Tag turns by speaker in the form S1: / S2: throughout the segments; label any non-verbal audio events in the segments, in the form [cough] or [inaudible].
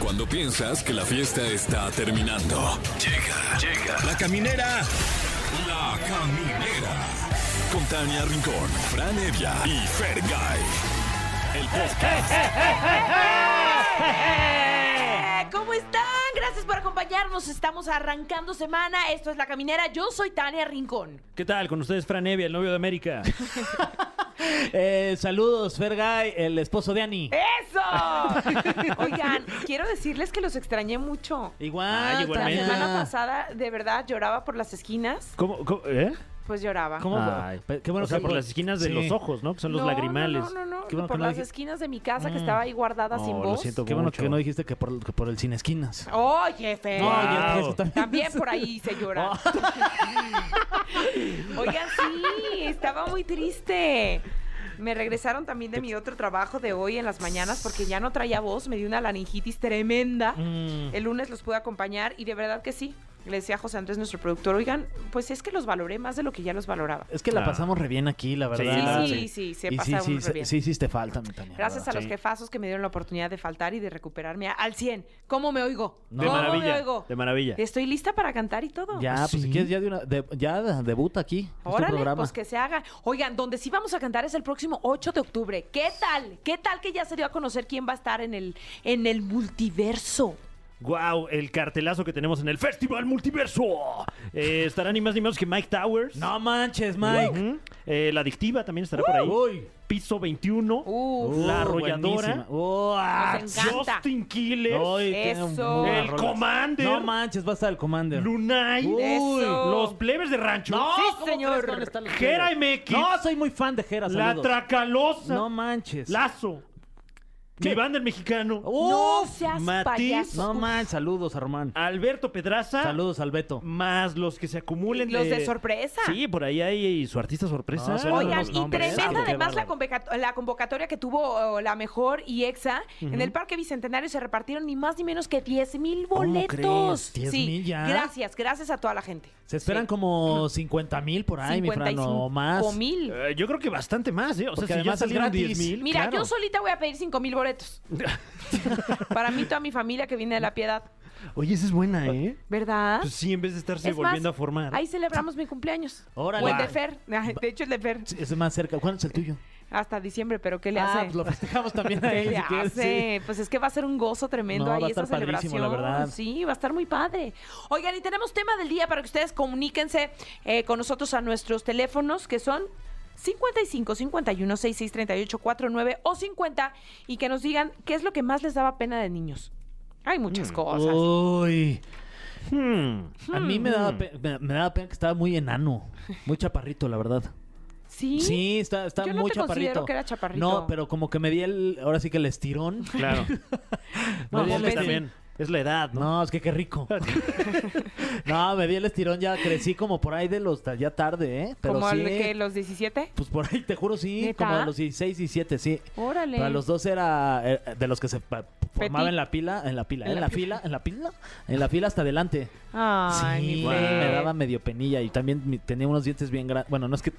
S1: Cuando piensas que la fiesta está terminando. Llega, llega. La caminera. La caminera. Con Tania Rincón, Fran Evia y Fergay. El podcast.
S2: ¿Cómo están? Gracias por acompañarnos. Estamos arrancando semana. Esto es La Caminera. Yo soy Tania Rincón.
S3: ¿Qué tal? Con ustedes, Fran Evia, el novio de América. [laughs]
S4: Eh, saludos, Fergay, el esposo de
S2: Eh.
S4: Ani.
S2: ¡Eso! [laughs] Oigan, quiero decirles que los extrañé mucho.
S4: Igual,
S3: Ay,
S2: La
S3: igualmente.
S2: semana pasada, de verdad, lloraba por las esquinas.
S3: ¿Cómo? cómo eh?
S2: Pues lloraba.
S4: ¿Cómo?
S3: Ay,
S4: Pe- qué bueno
S3: o sea,
S4: que-
S3: por las esquinas de
S4: Sí.
S3: los ojos, ¿no? Que son los
S2: No,
S3: lagrimales.
S2: No, no, no, no,
S4: Qué bueno
S2: por
S4: que no
S2: las
S4: dije-
S2: esquinas de mi casa que estaba ahí guardada
S3: Mm. No,
S2: sin
S3: lo
S2: voz.
S3: siento
S4: Qué bueno que
S3: mucho.
S4: no dijiste que por, que por el cine esquinas.
S2: Oye, Fer.
S3: No, Wow.
S4: Oye, eso también.
S2: Eh. También por ahí se
S3: [laughs]
S2: llora. [laughs] Oigan, sí, estaba muy triste. Me regresaron también de mi otro trabajo de hoy en las mañanas porque ya no traía voz, me dio una laringitis tremenda.
S4: Mm.
S2: El lunes los pude acompañar y de verdad que sí. Le decía a José Andrés, nuestro productor, oigan, pues es que los valoré más de lo que ya los valoraba.
S4: Es que la
S3: Ah.
S4: pasamos re bien aquí, la
S3: Sí,
S2: Sí,
S4: verdad.
S2: sí, sí, se
S4: Y
S2: pasaron
S4: sí,
S2: re
S4: sí,
S2: bien.
S4: sí, hiciste falta, mi Tania. la
S2: Gracias a
S4: verdad.
S2: los
S3: Sí.
S2: jefazos que me dieron la oportunidad de faltar y de recuperarme a- al 100. ¿Cómo me oigo?
S4: No.
S3: De
S2: ¿Cómo me
S3: maravilla.
S2: oigo?
S3: De maravilla.
S2: Estoy lista para cantar y todo.
S4: Ya, pues
S3: Sí.
S4: si quieres, ya, de una, de- ya debuta aquí. es tu
S2: Órale,
S4: Este programa.
S2: pues que se haga. Oigan, donde sí vamos a cantar es el próximo 8 de octubre. ¿Qué tal? ¿Qué tal que ya se dio a conocer quién va a estar en el, en el multiverso?
S3: ¡Guau! el cartelazo que tenemos en el Festival Multiverso. Eh, estarán ni más ni menos que Mike Towers.
S4: No manches, Mike.
S3: Ujú. Eh, la adictiva también estará por ahí.
S4: Uy.
S3: Piso 21.
S2: Uf.
S3: la
S4: Uh,
S3: arrolladora.
S4: buenísima. Uh, ah,
S2: Nos encanta.
S3: Justin Quiles.
S4: Ay, tiene
S2: Eso.
S4: buenas
S3: el
S4: rolas.
S3: Commander.
S4: No manches, va a estar el Commander.
S3: Lunay.
S4: Uy.
S2: Eso.
S3: Los plebes de rancho.
S2: Sí,
S4: ¿cómo
S2: señor.
S4: crees que van a estar los
S3: Jera
S4: Tigres?
S3: MX.
S4: No, soy muy fan de Jera,
S3: La
S4: saludos.
S3: Tracalosa.
S4: No manches.
S3: Lazo. Mi banda el mexicano.
S4: Uh.
S2: No
S4: Uf,
S2: seas
S3: Matiz.
S2: payaso.
S4: No manches, saludos, Armán.
S2: Ah.
S3: Alberto Pedraza.
S4: Saludos al Beto.
S3: Más los que se acumulen.
S2: Los de sorpresa.
S3: Sí, por ahí hay y su artista sorpresa.
S4: No, suenan
S2: Oigan,
S4: los
S2: y
S4: nombres.
S2: tremenda
S4: Sábado, qué
S2: además la,
S4: bárbaro.
S2: convocat- la convocatoria que tuvo eh, la mejor y EXA. En el Parque Bicentenario se repartieron ni más ni menos que 10 mil
S4: ¿Cómo
S2: boletos.
S4: crees? ¿10,000
S2: sí,
S4: ya?
S2: gracias, gracias a toda la gente.
S4: Se esperan como 50 mil por ahí, mi Fran, o más.
S2: mil.
S3: Eh, yo creo que bastante más, ¿eh? O sea,
S4: Porque
S3: si ya
S4: además es
S3: salieron
S4: gratis.
S3: 10 mil.
S2: Mira,
S4: claro.
S2: yo solita voy a pedir 5 mil boletos.
S3: [laughs]
S2: [laughs] Para mí, toda mi familia que viene de la piedad.
S3: Oye, esa es buena, ¿eh?
S2: ¿Verdad?
S3: Pues sí, en vez de estarse
S2: Es más,
S3: volviendo a formar.
S2: Ahí celebramos mi cumpleaños.
S4: Órale.
S2: O el de Fer. Ay, De hecho, el de Fer.
S4: Sí, Es más cerca. ¿Cuándo es el tuyo?
S2: Hasta diciembre, pero ¿qué Eh, le
S4: ah,
S2: hace?
S4: pues lo
S2: [laughs]
S4: festejamos también a
S2: ¿Qué
S4: él.
S2: le
S4: si quieres, sí.
S2: hace? Pues es que va a ser un gozo tremendo
S4: No,
S2: ahí
S4: va a
S2: esa
S4: estar padrísimo,
S2: celebración.
S4: la verdad.
S2: Sí, va a estar muy padre. Oigan, y tenemos tema del día para que ustedes comuníquense eh, con nosotros a nuestros teléfonos que son 55 51 66 38 49 o 50 y que nos digan qué es lo que más les daba pena de niños. Hay
S4: Mm.
S2: muchas cosas.
S4: Oh, Uy.
S3: Hmm.
S4: A mí me daba, pe- me, me daba pena que estaba muy enano. Muy chaparrito, la verdad.
S2: Sí.
S4: Sí, está, está
S2: Yo no
S4: muy
S2: te
S4: chaparrito.
S2: considero que era chaparrito.
S4: No, pero como que me di el. Ahora sí que el estirón. [laughs]
S3: Claro.
S4: Me
S3: no,
S4: di
S3: pues
S4: el
S3: que
S2: sí.
S3: también. Es la edad, ¿no?
S4: No, es que
S2: [laughs]
S4: qué rico. no, me di el estirón, ya crecí como por ahí de los ya tarde, ¿eh? Pero
S2: Como
S4: sí.
S2: al que los 17.
S4: Pues por ahí, te juro, sí.
S2: ¿Neta?
S4: Como a los 16, 17, sí.
S2: Órale.
S4: Para los dos era eh, de los que se pa- formaba en la pila, en la pila,
S2: En
S4: en,
S2: la
S4: la, fila, en la pila, en la fila hasta adelante.
S2: Ay,
S4: sí,
S2: mi
S3: Fer.
S2: Fer.
S4: me daba medio penilla y también mi- tenía unos dientes bien grandes. Bueno, no es que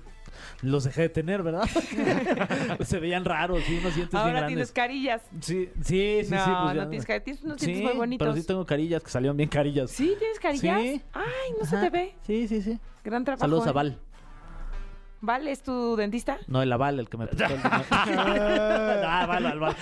S4: los dejé de tener, ¿verdad?
S2: [laughs]
S4: [laughs] se veían raros, sí, unos dientes pues, bien
S2: Ahora tienes
S4: grandes.
S2: carillas.
S4: Sí, sí, sí,
S2: no,
S4: sí, pues ya-
S2: no tienes carillas. Tienes unos
S4: Sí,
S2: dientes muy
S4: Pero
S2: bonitos.
S4: sí tengo carillas que salieron bien carillas.
S2: ¿Sí? ¿Tienes carillas?
S4: Sí.
S2: Ay, no se
S4: Ajá.
S2: te ve.
S4: Sí, sí, sí.
S2: Gran trabajo.
S4: Saludos
S2: ¿eh?
S4: a Val.
S2: Val es tu dentista.
S4: No, el aval, el que me prestó el dinero.
S3: [laughs] ah, vale, vale.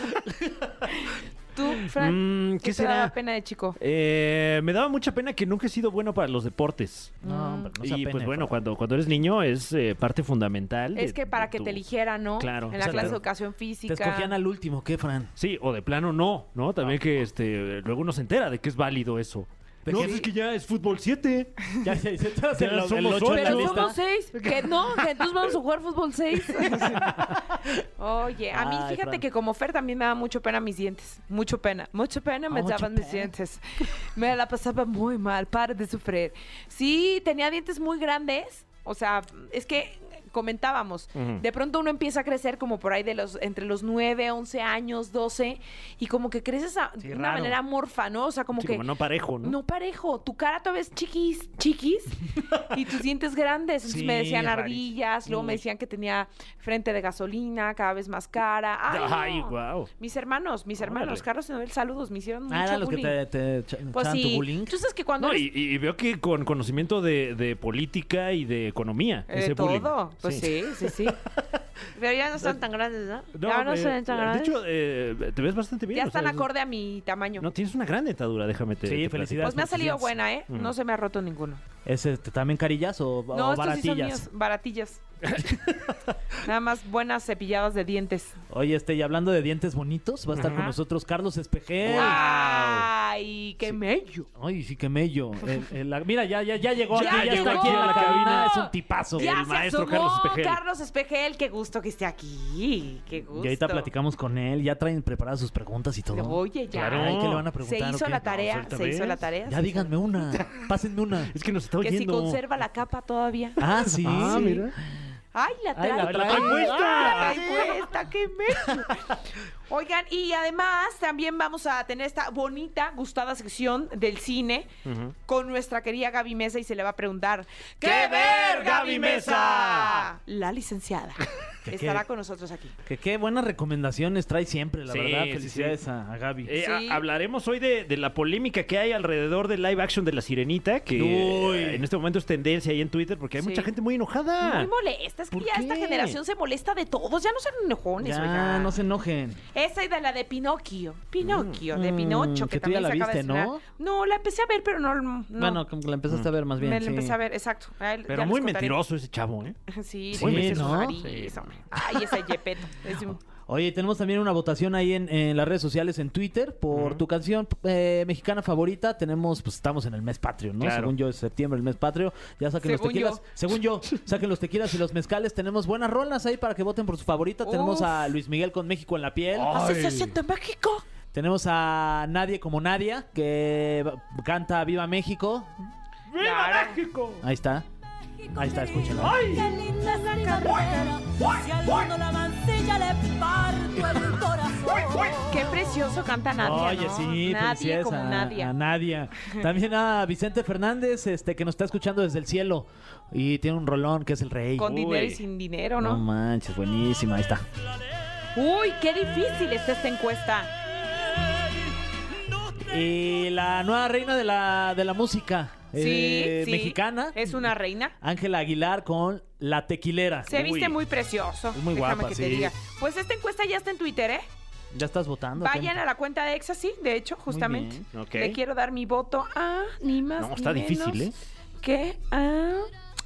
S2: Tú, Fran.
S3: Mm, ¿Qué
S2: te daba
S3: será?
S2: pena de chico?
S3: Eh, me daba mucha pena que nunca he sido bueno para los deportes.
S4: No, hombre, no
S3: y
S4: sea pene,
S3: pues bueno,
S4: Fran.
S3: cuando, cuando eres niño es eh, parte fundamental. de-
S2: Es que para
S3: de
S2: que
S3: tu-
S2: te eligiera, ¿no?
S3: Claro.
S2: En
S3: O
S2: la
S3: sea,
S2: clase
S3: te-
S2: de educación física.
S4: Te escogían al último, ¿qué, Fran?
S3: Sí, o de plano no, ¿no? También que este luego uno se entera de que es válido eso.
S4: ¿De
S3: no,
S4: qué?
S3: pues es que ya es fútbol 7.
S4: Ya, ya, ya, ya,
S3: Ya
S4: el- el
S3: somos
S4: ocho en la
S2: Pero
S3: ocho.
S4: lista.
S2: somos seis. Que no, que entonces vamos a jugar fútbol
S4: [laughs]
S2: seis. Oye, a mí
S4: Ay,
S2: fíjate
S4: Fran.
S2: que como Fer también me daba mucho pena mis dientes. Mucho pena. Mucho pena me
S4: Ah, mucho
S2: daban mis
S4: pena.
S2: dientes. Me la pasaba muy mal. Para de sufrir. Sí, tenía dientes muy grandes. O sea, es que comentábamos. De pronto uno empieza a crecer como por ahí de los entre los 9, 11 años, 12 y como que creces a-
S3: Sí,
S2: de una
S3: raro.
S2: manera morfa, ¿no? O sea, como
S3: Sí,
S2: que
S3: como no parejo, ¿no?
S2: no parejo, tu cara todavía es chiquis,
S3: [laughs]
S2: chiquis, y tus dientes grandes. Entonces me
S3: Sí,
S2: decían
S3: rarísimo.
S2: ardillas, luego me
S3: Uy.
S2: decían que tenía frente de gasolina, cada vez más cara. Ay,
S3: Ay,
S2: no.
S3: guau.
S2: Mis hermanos, mis hermanos,
S3: Órale.
S2: Carlos y Noel, saludos, me hicieron mucho
S4: Ah, eran los que
S2: bullying.
S4: te, te echa-
S2: Pues
S4: echaban tu
S2: sí,
S4: bullying.
S2: tú sabes que cuando
S3: No,
S2: eres
S3: y, y veo que con conocimiento de, de política y de economía.
S2: Eh,
S3: ese bullying.
S2: todo. Pues sí, sí,
S3: [laughs]
S2: sí. Pero ya no son tan grandes, ¿no?
S3: No,
S2: ya no
S3: me-
S2: son tan
S3: de
S2: grandes.
S3: hecho, eh, te ves bastante bien.
S2: ya
S3: o sea,
S2: están
S3: es-
S2: acorde a mi tamaño.
S3: No, tienes una gran dentadura, déjame te. te
S4: Sí,
S3: platico.
S4: felicidades.
S2: pues me ha salido
S4: felicidades.
S2: buena, ¿eh?
S3: Mm.
S2: No se me ha roto ninguno.
S4: ¿Es este, también carillas o,
S2: No, estos sí
S4: o
S2: son
S4: baratillas?
S2: míos, baratillas. [laughs] Nada más buenas cepilladas de dientes.
S4: Oye, este, y hablando de dientes bonitos, va a estar con
S2: Ajá.
S4: nosotros Carlos Espejel.
S2: ¡Ay, qué mello!
S4: Ay, sí, qué mello. El- el- la- mira, ya, ya, ya llegó
S2: ¡Ya
S4: aquí, ya está
S2: llegó!
S4: aquí en la cabina. Es un tipazo.
S2: Ya se
S4: El maestro
S2: asomó
S4: Carlos Espejel.
S2: Carlos Espejel, qué gusto que esté aquí. Qué gusto.
S4: Y ahorita platicamos con él, ya traen preparadas sus preguntas y todo.
S2: Oye, ya.
S3: Claro.
S4: Ay, ¿qué le van a
S2: se
S4: preguntar? o
S2: hizo
S4: qué?
S2: la tarea,
S3: suelta
S2: se hizo
S3: ves.
S2: la tarea.
S4: Ya díganme una,
S2: [laughs]
S4: pásenme una.
S3: Es que nos está
S2: Que si
S3: oyendo.
S2: conserva la capa todavía.
S4: Ah, sí.
S3: Ah, mira.
S2: ¡Ay, la
S4: Ay,
S2: trae!
S4: la trae
S2: ¡Ay,
S3: puesta!
S2: la trae puesta! ¡Qué mecho! Oigan, y además también vamos a tener esta bonita, gustada sección del cine con nuestra querida Gaby Mesa y se le va a preguntar
S3: ¡Qué ver, Gaby Mesa!
S2: La licenciada estará con nosotros aquí.
S4: Que qué buenas recomendaciones trae siempre, la
S3: Sí,
S4: verdad.
S3: sí,
S4: Felicidades
S3: sí.
S4: A, a Gaby.
S3: Eh, a-
S2: Sí.
S3: hablaremos hoy de, de la polémica que hay alrededor del live action de La Sirenita, que
S4: Uy.
S3: eh, en este momento es tendencia ahí en Twitter porque hay
S2: Sí.
S3: mucha gente muy enojada.
S2: Muy molesta, es que
S3: Ah. ¿por
S2: ya esta
S3: qué?
S2: generación se molesta de todos, ya no son enojones,
S4: ya,
S2: oigan.
S4: no se enojen.
S2: Esa y de la de Pinocchio. Pinocchio, de
S4: Mm,
S2: Pinocho, que,
S4: que tú ya
S2: también
S4: la
S2: se acaba de
S4: viste, ¿no?
S2: estrenar. No, la empecé a ver, pero no. no.
S4: Bueno, como que la empezaste a ver más bien.
S2: me la
S4: sí.
S2: empecé a ver, exacto. Ay, ya
S3: Pero
S2: les
S3: muy
S2: contaré.
S3: mentiroso ese chavo, ¿eh?
S2: [laughs] Sí,
S4: Sí,
S2: muy mentiroso.
S4: ¿no?
S2: nariz, hombre. Ay, ese Yepeto. Es un-
S4: Oye, tenemos también una votación ahí en, en las redes sociales, en Twitter, por tu canción eh, mexicana favorita. Tenemos, pues estamos en el mes patrio, ¿no?
S3: Claro.
S4: Según yo, es septiembre, el mes patrio. Ya saquen los
S2: Según
S4: tequilas.
S2: yo.
S4: Según yo, saquen los tequilas y los mezcales. Tenemos buenas rolas ahí para que voten por su favorita. Tenemos
S2: Uf.
S4: a Luis Miguel con México en la piel.
S2: ¿Así
S3: Ay.
S2: se siente en México?
S4: Tenemos a Nadie como Nadia, que canta Viva México.
S3: ¡Viva
S2: Claro.
S3: México!
S4: Ahí está. Ahí está, escúchalo.
S5: ¡Qué linda esa carretera! Si alguno la mancilla le parto el corazón.
S2: Qué precioso canta Nadia.
S4: Oye,
S2: ¿no?
S4: sí,
S2: Oh, Nadie
S4: felicidades
S2: como
S4: a,
S2: nadie.
S4: a Nadia. También a Vicente Fernández, este, que nos está escuchando desde el cielo. Y tiene un rolón que es el rey.
S2: Con
S3: Uy.
S2: dinero y sin dinero,
S4: no
S2: ¿no?
S4: manches, buenísima, ahí está.
S2: Uy, qué difícil está esta encuesta.
S4: Y la nueva reina de la, de la música
S2: Sí,
S4: eh,
S2: sí.
S4: mexicana,
S2: Es una reina.
S4: Ángela Aguilar con La Tequilera.
S2: Se
S3: Uy.
S2: viste muy precioso.
S4: Es muy
S2: déjame
S4: guapa,
S2: que te
S4: sí.
S2: diga. Pues esta encuesta ya está en Twitter, ¿eh?
S4: Ya estás votando. ¿qué?
S2: Vayan a la cuenta de Exa, sí, de hecho, justamente.
S4: bien.
S3: Ok.
S2: Le quiero dar mi voto a ni más
S3: No, está
S2: ni
S3: difícil,
S2: menos
S3: ¿eh?
S2: que a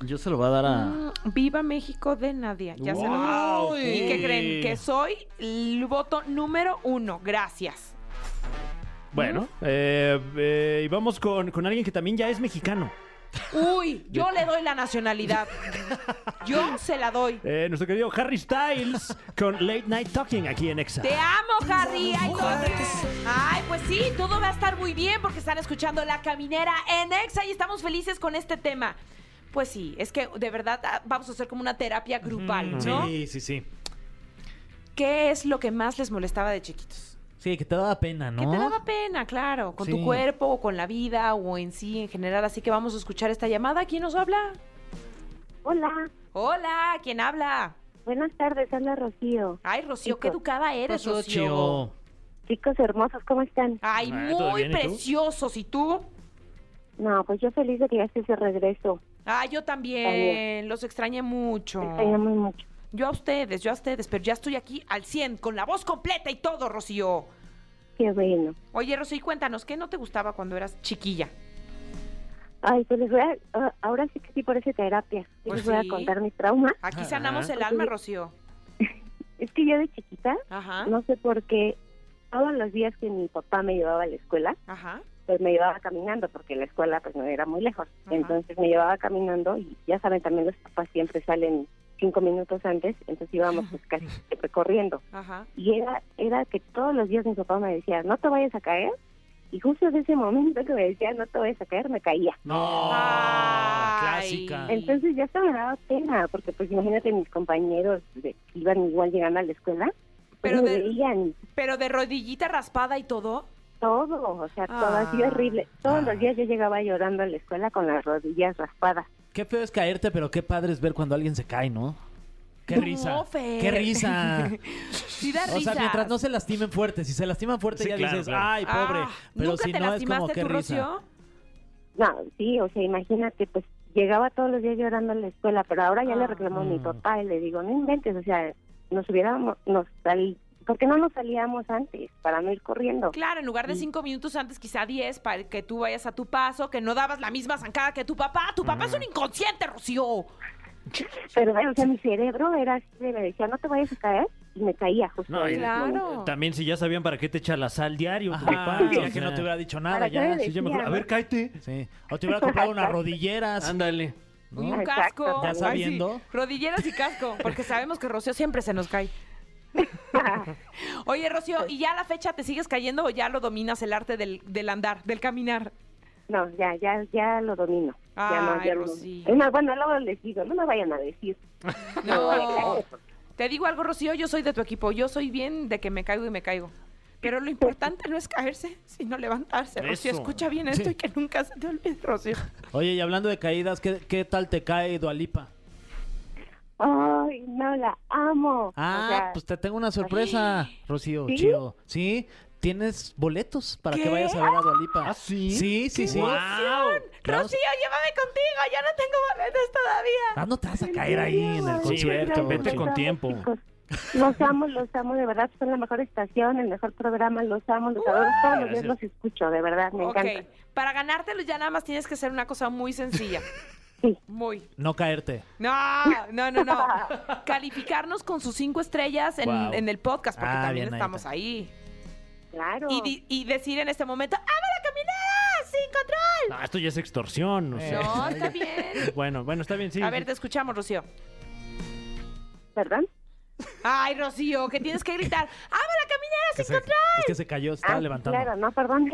S4: Yo se lo voy a dar a...
S2: Mm, Viva México de Nadia. Ya se lo
S3: Wow,
S2: ¿Y
S3: uy.
S2: qué creen? Que soy el voto número uno. Gracias.
S3: Bueno, eh, eh, y vamos con, con alguien que también ya es mexicano.
S2: Uy, yo le doy la
S4: [laughs]
S2: nacionalidad. Yo se la doy.
S3: Eh, nuestro querido Harry Styles con Late Night Talking aquí en Exa.
S2: Te amo, Harry. Ay, todo- Ay, pues sí, todo va a estar muy bien porque están escuchando La Caminera en Exa y estamos felices con este tema. Pues sí, es que de verdad ah, vamos a hacer como una terapia grupal, ¿no?
S4: Sí, sí, sí.
S2: ¿Qué es lo que más les molestaba de chiquitos?
S4: Sí, que te daba pena, ¿no?
S2: Que te daba pena, claro, con tu
S4: Sí.
S2: cuerpo o con la vida o en sí en general. Así que vamos a escuchar esta llamada. ¿Quién nos habla?
S6: Hola,
S2: Hola, ¿quién habla?
S6: buenas tardes, habla Rocío.
S2: Ay, Rocío, qué
S6: Chicos.
S2: educada eres,
S4: Pasó,
S2: Rocío.
S4: chío.
S6: Chicos hermosos, ¿cómo están?
S2: Ay,
S3: Ah, ¿todo
S2: muy
S3: bien, y tú?
S2: preciosos. ¿Y tú?
S6: No, pues yo feliz de que ya estés de regreso.
S2: Ah, yo también.
S6: También.
S2: Los extrañé mucho.
S6: Te extrañamos mucho.
S2: Yo a ustedes, yo a ustedes, pero ya estoy aquí al 100, con la voz completa y todo, Rocío.
S6: Qué bueno.
S2: Oye, Rocío, y cuéntanos, ¿qué no te gustaba cuando eras chiquilla?
S6: Ay, pues les voy a... ah, ahora sí que sí por esa terapia. Sí
S2: Pues
S6: les voy
S2: sí.
S6: a contar mis traumas.
S2: Aquí
S3: Ajá.
S2: sanamos el alma, Rocío.
S6: Es que yo de chiquita,
S2: Ajá,
S6: no sé por qué, todos los días que mi papá me llevaba a la escuela,
S2: ajá.
S6: pues me llevaba caminando, porque la escuela pues no era muy lejos.
S2: Ajá.
S6: Entonces me llevaba caminando y ya saben, también los papás siempre salen cinco minutos antes, entonces íbamos pues
S2: [laughs]
S6: casi siempre corriendo.
S2: Ajá.
S6: y era, era que todos los días mi papá me decía, no te vayas a caer, Y justo en ese momento que me decía, no te voy a sacar, me caía.
S4: No,
S2: Ay.
S4: Ah, clásica.
S6: Entonces ya estaba me daba pena, porque pues imagínate mis compañeros de- que iban igual llegando a la escuela, pues
S2: Pero
S6: me
S2: de-
S6: veían
S2: Pero de rodillita raspada y todo.
S6: todo, o sea, todo así
S2: Ah.
S6: horrible. Todos
S4: Ah.
S6: los días yo llegaba llorando a la escuela con las rodillas raspadas.
S4: Qué feo es caerte, pero qué padre es ver cuando alguien se cae, ¿no? Qué
S2: No,
S4: risa.
S2: Fer.
S4: Qué risa.
S2: [laughs] Sí da risa.
S4: O sea, mientras no se lastimen fuerte. Si se lastiman fuerte,
S3: Sí,
S4: ya
S3: claro,
S4: dices,
S3: claro.
S4: ay, pobre.
S2: Ah,
S4: pero
S2: ¿Nunca te
S4: si no, es como
S2: lastimaste
S4: qué
S2: tú,
S4: risa.
S2: Rocío?
S6: No, sí, o sea, imagínate, pues llegaba todos los días llorando a la escuela, pero ahora ya
S2: Ah.
S6: le reclamo a mi
S4: Mm.
S6: papá y le digo, no inventes, o sea, nos hubiéramos, nos salí, ¿por qué no nos salíamos antes para no ir corriendo?
S2: Claro, en lugar de cinco minutos antes, quizá diez, para que tú vayas a tu paso, que no dabas la misma zancada que tu papá. Tu papá es un inconsciente, Rocío.
S6: Pero, bueno, o sea, mi cerebro era así, de, me decía, no te vayas a caer, y me caía justo.
S3: No,
S6: en
S3: y-
S6: ese momento.
S2: Claro.
S3: También si ya sabían para qué te echa la sal diario, tu
S4: Ajá,
S3: papá.
S4: ya
S3: o
S4: que
S3: sea.
S4: no te hubiera dicho nada
S6: ¿Para qué
S4: ya.
S6: le
S4: Sí, yo me
S6: decía,
S4: acuerdo.
S3: A ver, cállate.
S4: Sí. O te hubiera comprado unas rodilleras.
S3: Ándale.
S4: ¿no?
S2: Y un
S6: Exacto,
S2: casco.
S6: ya
S2: Ay, sí,
S4: sabiendo.
S2: Rodilleras y casco, porque sabemos que Rocío siempre se nos cae. Oye, Rocío, ¿y ya a la fecha te sigues cayendo o ya lo dominas el arte del, del andar, del caminar?
S6: No, ya, ya, ya lo domino. ya no,
S2: Ay, pues
S6: ya lo-
S2: Rosy.
S6: Es más, bueno, luego les digo, no me vayan a decir.
S2: No. [laughs] Te digo algo, Rocío, yo soy de tu equipo. Yo soy bien de que me caigo y me caigo. Pero lo importante no es caerse, sino levantarse. Rocío,
S3: Eso.
S2: escucha bien esto
S4: Sí.
S2: y que nunca se te olvide, Rocío.
S4: Oye, y hablando de caídas, ¿qué, qué tal te cae Dualipa?
S6: Ay, no, la amo.
S4: Ah,
S6: O sea,
S4: pues te tengo una sorpresa, Rocío,
S6: ¿Sí?
S4: chido. Sí, tienes boletos para
S2: ¿Qué?
S4: que vayas a ver a Dualipa.
S3: ¿Ah, sí?
S4: Sí, sí, sí.
S3: ¡Guau!
S4: Vamos-
S2: Rocío, llévame contigo, ya no tengo boletos todavía.
S4: Ah, no te vas a caer ahí en el
S6: Sí,
S4: concierto.
S3: vete
S4: güey.
S3: con tiempo.
S6: chicos. Los amo, los amo, de verdad, son la mejor estación, el mejor programa, los amo, los adoro, todos los días
S3: Gracias.
S6: los escucho, de verdad, me
S2: Uh, Ok,
S6: encanta.
S2: para ganártelos ya nada más tienes que hacer una cosa muy sencilla.
S4: [laughs]
S6: Sí.
S2: Muy.
S4: No caerte.
S2: No, no, no, no. Calificarnos con sus cinco estrellas en,
S4: Wow.
S2: en el podcast, porque
S4: Ah,
S2: también
S4: bien, ahí
S2: estamos
S4: está.
S2: ahí.
S6: Claro.
S2: Y, di- y decir en este momento, ¡Ama la caminada! ¡Sin control!
S3: No, esto ya es extorsión. o sea.
S2: [laughs] No, está bien.
S3: Bueno, bueno, está bien, sí.
S2: A
S3: sí.
S2: ver, te escuchamos, Rocío.
S6: ¿Perdón?
S2: Ay, Rocío, que tienes que gritar. ¡Ama la caminada!
S4: Que
S2: ¡Sin
S4: se- es que se cayó, se estaba
S6: Ah,
S4: levantando.
S6: Claro,
S2: [laughs]
S6: no, perdón.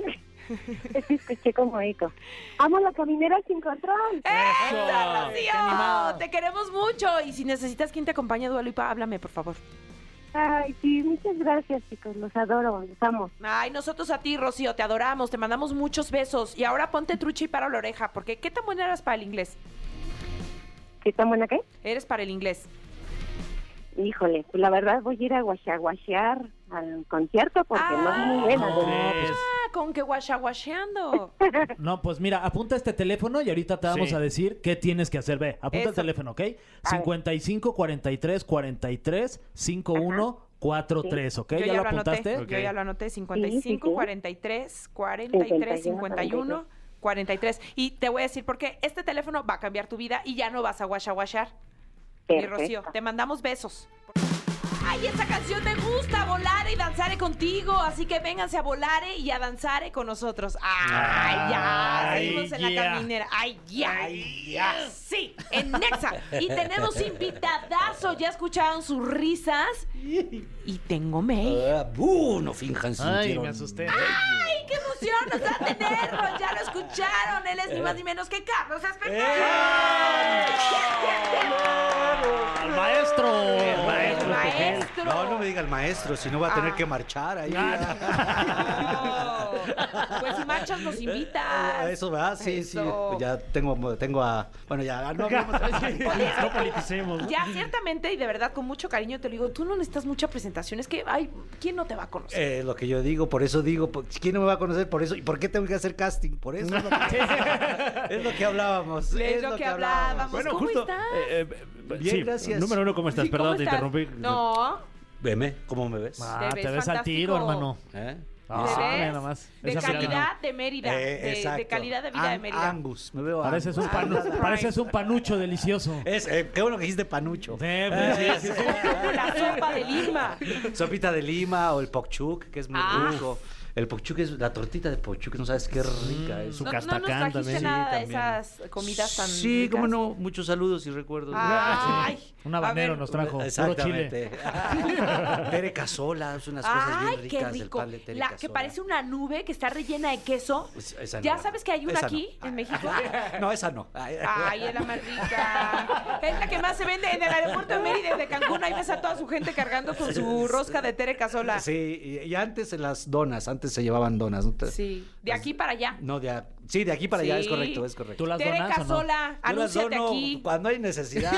S6: Es que escuché como eco. Amo la caminera sin control.
S2: ¡Eso, Rocío! Te queremos mucho. Y si necesitas quien te acompañe a Dualipa, háblame, por favor.
S6: Ay, sí, muchas gracias, chicos, los adoro, los amo.
S2: Ay, nosotros a ti, Rocío, te adoramos, te mandamos muchos besos. Y ahora ponte trucha y para la oreja, porque ¿qué tan buena eras para el inglés?
S6: ¿Qué tan buena qué?
S2: Eres para el inglés.
S6: Híjole, pues la verdad voy a ir a guachaguachear al concierto porque no es muy buena.
S4: ¿cómo
S6: de-
S3: pues,
S4: crees?
S2: Ah, con que guashaguasheando.
S4: No, pues mira, apunta este teléfono y ahorita te vamos
S3: Sí.
S4: a decir qué tienes que hacer. Ve, apunta
S2: Eso.
S4: el teléfono, ¿ok? 55 43 43 51 43, ¿ok?
S2: Yo
S4: ¿Ya
S2: ya
S4: lo
S2: lo anoté.
S4: apuntaste?
S3: Ok.
S2: Yo ya lo anoté. 55,
S6: sí.
S2: 43, 43, 51,
S6: 51,
S2: 43. Y te voy a decir por qué. Este teléfono va a cambiar tu vida y ya no vas a guashaguashar. Mi Rocío,
S6: Perfecto.
S2: te mandamos besos. Ay, esta canción me gusta, Volare y Danzare contigo. Así que vénganse a Volare y a Danzare con nosotros. Ay, ya,
S3: Ay,
S2: seguimos en la
S3: yeah.
S2: caminera. Ay, ya, sí, en Nexa. Y tenemos invitadazo, ya escucharon sus risas. Y tengo mail.
S7: Uh, no finjan su
S4: Ay, me asusté.
S2: ¡Ay, qué emoción nos va a tenerlo! Ya lo escucharon, él es ni más ni menos que Carlos Espejel.
S4: ¡Al maestro!
S3: El maestro.
S2: Maestro.
S7: No, no me diga el maestro, si no va a tener
S2: Ah.
S7: que marchar ahí. [laughs]
S2: No. Pues si marchas nos
S7: Ah,
S2: invitas.
S7: Eso, ¿verdad? Sí, sí.
S2: Eso.
S7: pues Ya tengo, tengo a. Bueno, ya no hablemos.
S3: No politicemos.
S2: Ya ciertamente y de verdad con mucho cariño te lo digo, tú no necesitas mucha presentación, es que ay, ¿quién no te va a conocer?
S7: Eh, lo que yo digo, por eso digo, por- ¿quién no me va a conocer por eso? ¿Y por qué tengo que hacer casting? Por eso es lo
S2: [laughs]
S7: que, es lo que hablábamos.
S2: Es lo que hablábamos.
S7: pues,
S3: Bueno,
S2: ¿Cómo
S3: justo.
S2: estás?
S3: eh, eh,
S7: Bien, gracias.
S3: Número uno, ¿cómo estás?
S2: Sí, ¿cómo
S3: Perdón, te
S2: estás?
S3: interrumpí.
S2: No,
S7: Veme, ¿cómo me ves?
S4: Ah,
S2: Te
S4: te
S2: ves
S4: ves al tiro,
S2: fantástico.
S4: hermano.
S7: ¿Eh?
S4: Ah,
S2: ¿te
S4: mira
S2: ves?
S4: nomás.
S2: De
S4: Esa mirada.
S2: calidad de Mérida,
S7: Eh,
S2: de- de,
S7: exacto.
S2: calidad de vida de
S7: Ang-
S2: Mérida.
S7: Angus, me veo
S4: Pareces un,
S7: Angus.
S4: panu-
S2: Ah, no.
S4: pareces un panucho delicioso.
S7: Es, eh, qué bueno que dijiste panucho.
S4: Sí, pues, sí, sí, sí.
S2: Como la sopa de Lima.
S7: Sopita de lima o el pokchuk, que es muy
S2: Ah.
S7: rico. El pochuque es la tortita de pochuque, no sabes qué rica es.
S3: su
S2: no, no nos trajiste
S3: castacán también.
S2: nada de
S7: Sí,
S2: esas Mm. comidas tan
S7: Sí, cómo
S2: ricas.
S7: no, muchos saludos y recuerdos.
S2: Ay,
S4: Un
S2: a
S4: habanero
S2: ver,
S4: nos trajo. Puro chile.
S7: Exactamente. [laughs] Tere Casola, es unas cosas bien
S2: Ay,
S7: ricas
S2: qué
S7: del
S2: rico.
S7: pan de Tere
S2: La que
S7: Casola.
S2: parece una nube que está rellena de queso.
S7: Pues, esa
S2: Ya
S7: no.
S2: sabes que hay una
S7: Esa no.
S2: aquí en México.
S7: [laughs] No, esa no.
S2: Ay, es la más rica. Es la que más se vende en el aeropuerto de Mérida y de Cancún. Ahí ves a toda su gente cargando con su rosca de Tere Casola.
S7: Sí, y, y antes en las donas, antes se llevaban donas. ¿no? Te-
S2: Sí. De
S7: Pues
S2: aquí para allá.
S7: No, de a- sí, de aquí para allá, es
S2: Sí.
S7: correcto, es correcto.
S4: ¿Tú las
S2: Tere
S4: donas o no?
S2: Casola,
S7: Yo las
S2: anúnciate
S7: dono [laughs]
S2: aquí.
S7: Cuando hay necesidad.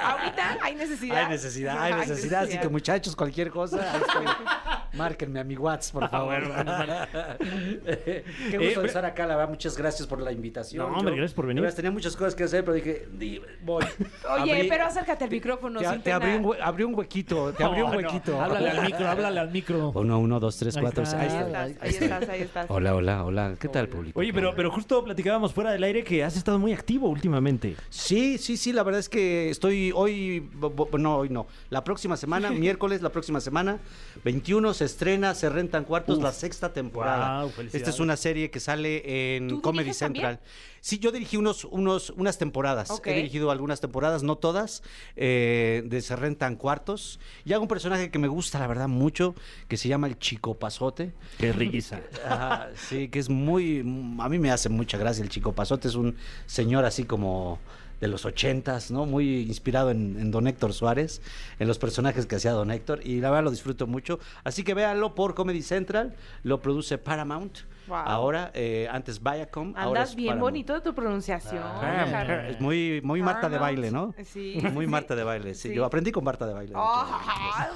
S2: Ahorita hay
S7: sí.
S2: necesidad.
S7: Hay necesidad, hay necesidad. Así que muchachos, cualquier cosa, ahí [laughs] estoy. márquenme a mi WhatsApp, por favor. [laughs] Eh, Qué gusto de estar acá, la verdad. Muchas gracias por la invitación.
S3: No, hombre,
S7: Yo,
S3: gracias por venir.
S7: de verdad, Tenía muchas cosas que hacer, pero dije, di- [laughs] voy.
S2: Oye,
S7: Abrí-
S2: pero acércate al micrófono.
S7: Te,
S2: sin
S7: te abrí,
S2: pena.
S7: un, hue- abrí un huequito, te abrí un
S4: No, no,
S7: huequito.
S4: Háblale al micro, háblale al micro.
S7: Uno, uno, dos, tres,
S4: Ahí
S7: cuatro.
S4: está.
S7: Ahí
S2: Ahí
S7: está.
S2: estás, ahí estás, ahí estás.
S7: Hola, hola, hola. ¿Qué tal, público?
S3: Oye, pero, pero justo platicábamos fuera del aire que has estado muy activo últimamente.
S7: Sí, sí, sí, la verdad es que estoy hoy, bo- bo- no, hoy no, la
S3: [laughs]
S7: próxima semana, miércoles, la próxima semana, 21 se estrena, se rentan cuartos, la sexta temporada.
S3: Guau, felicidades.
S7: Esta es una serie que sale
S2: ¿Tú
S7: en Comedy
S2: diriges también?
S7: Central. Sí, yo dirigí unos, unos, unas temporadas,
S2: Ok.
S7: he dirigido algunas temporadas, no todas, eh, de se rentan cuartos. Y hago un personaje que me gusta, la verdad, mucho, que se llama el Chico Pasote.
S3: Qué riqueza.
S7: Ajá, sí, que es muy. A mí me hace mucha gracia el chico Pasote. Es un señor así como de los ochentas, ¿no? Muy inspirado en, en Don Héctor Suárez, en los personajes que hacía Don Héctor. Y la verdad lo disfruto mucho. Así que véanlo por Comedy Central. Lo produce Paramount.
S2: Wow.
S7: Ahora, eh, antes Viacom. ahora
S2: Andas
S7: es
S2: bien
S7: Paramount.
S2: bonito de tu pronunciación.
S4: Ah,
S2: Carlos.
S7: Ah, Es muy, muy Marta de
S2: Paramount.
S7: baile, ¿no?
S2: Ah, Sí.
S7: Muy Marta de baile, sí.
S2: Sí.
S7: Yo aprendí con Marta de baile. de hecho.
S2: Oh,
S7: [laughs]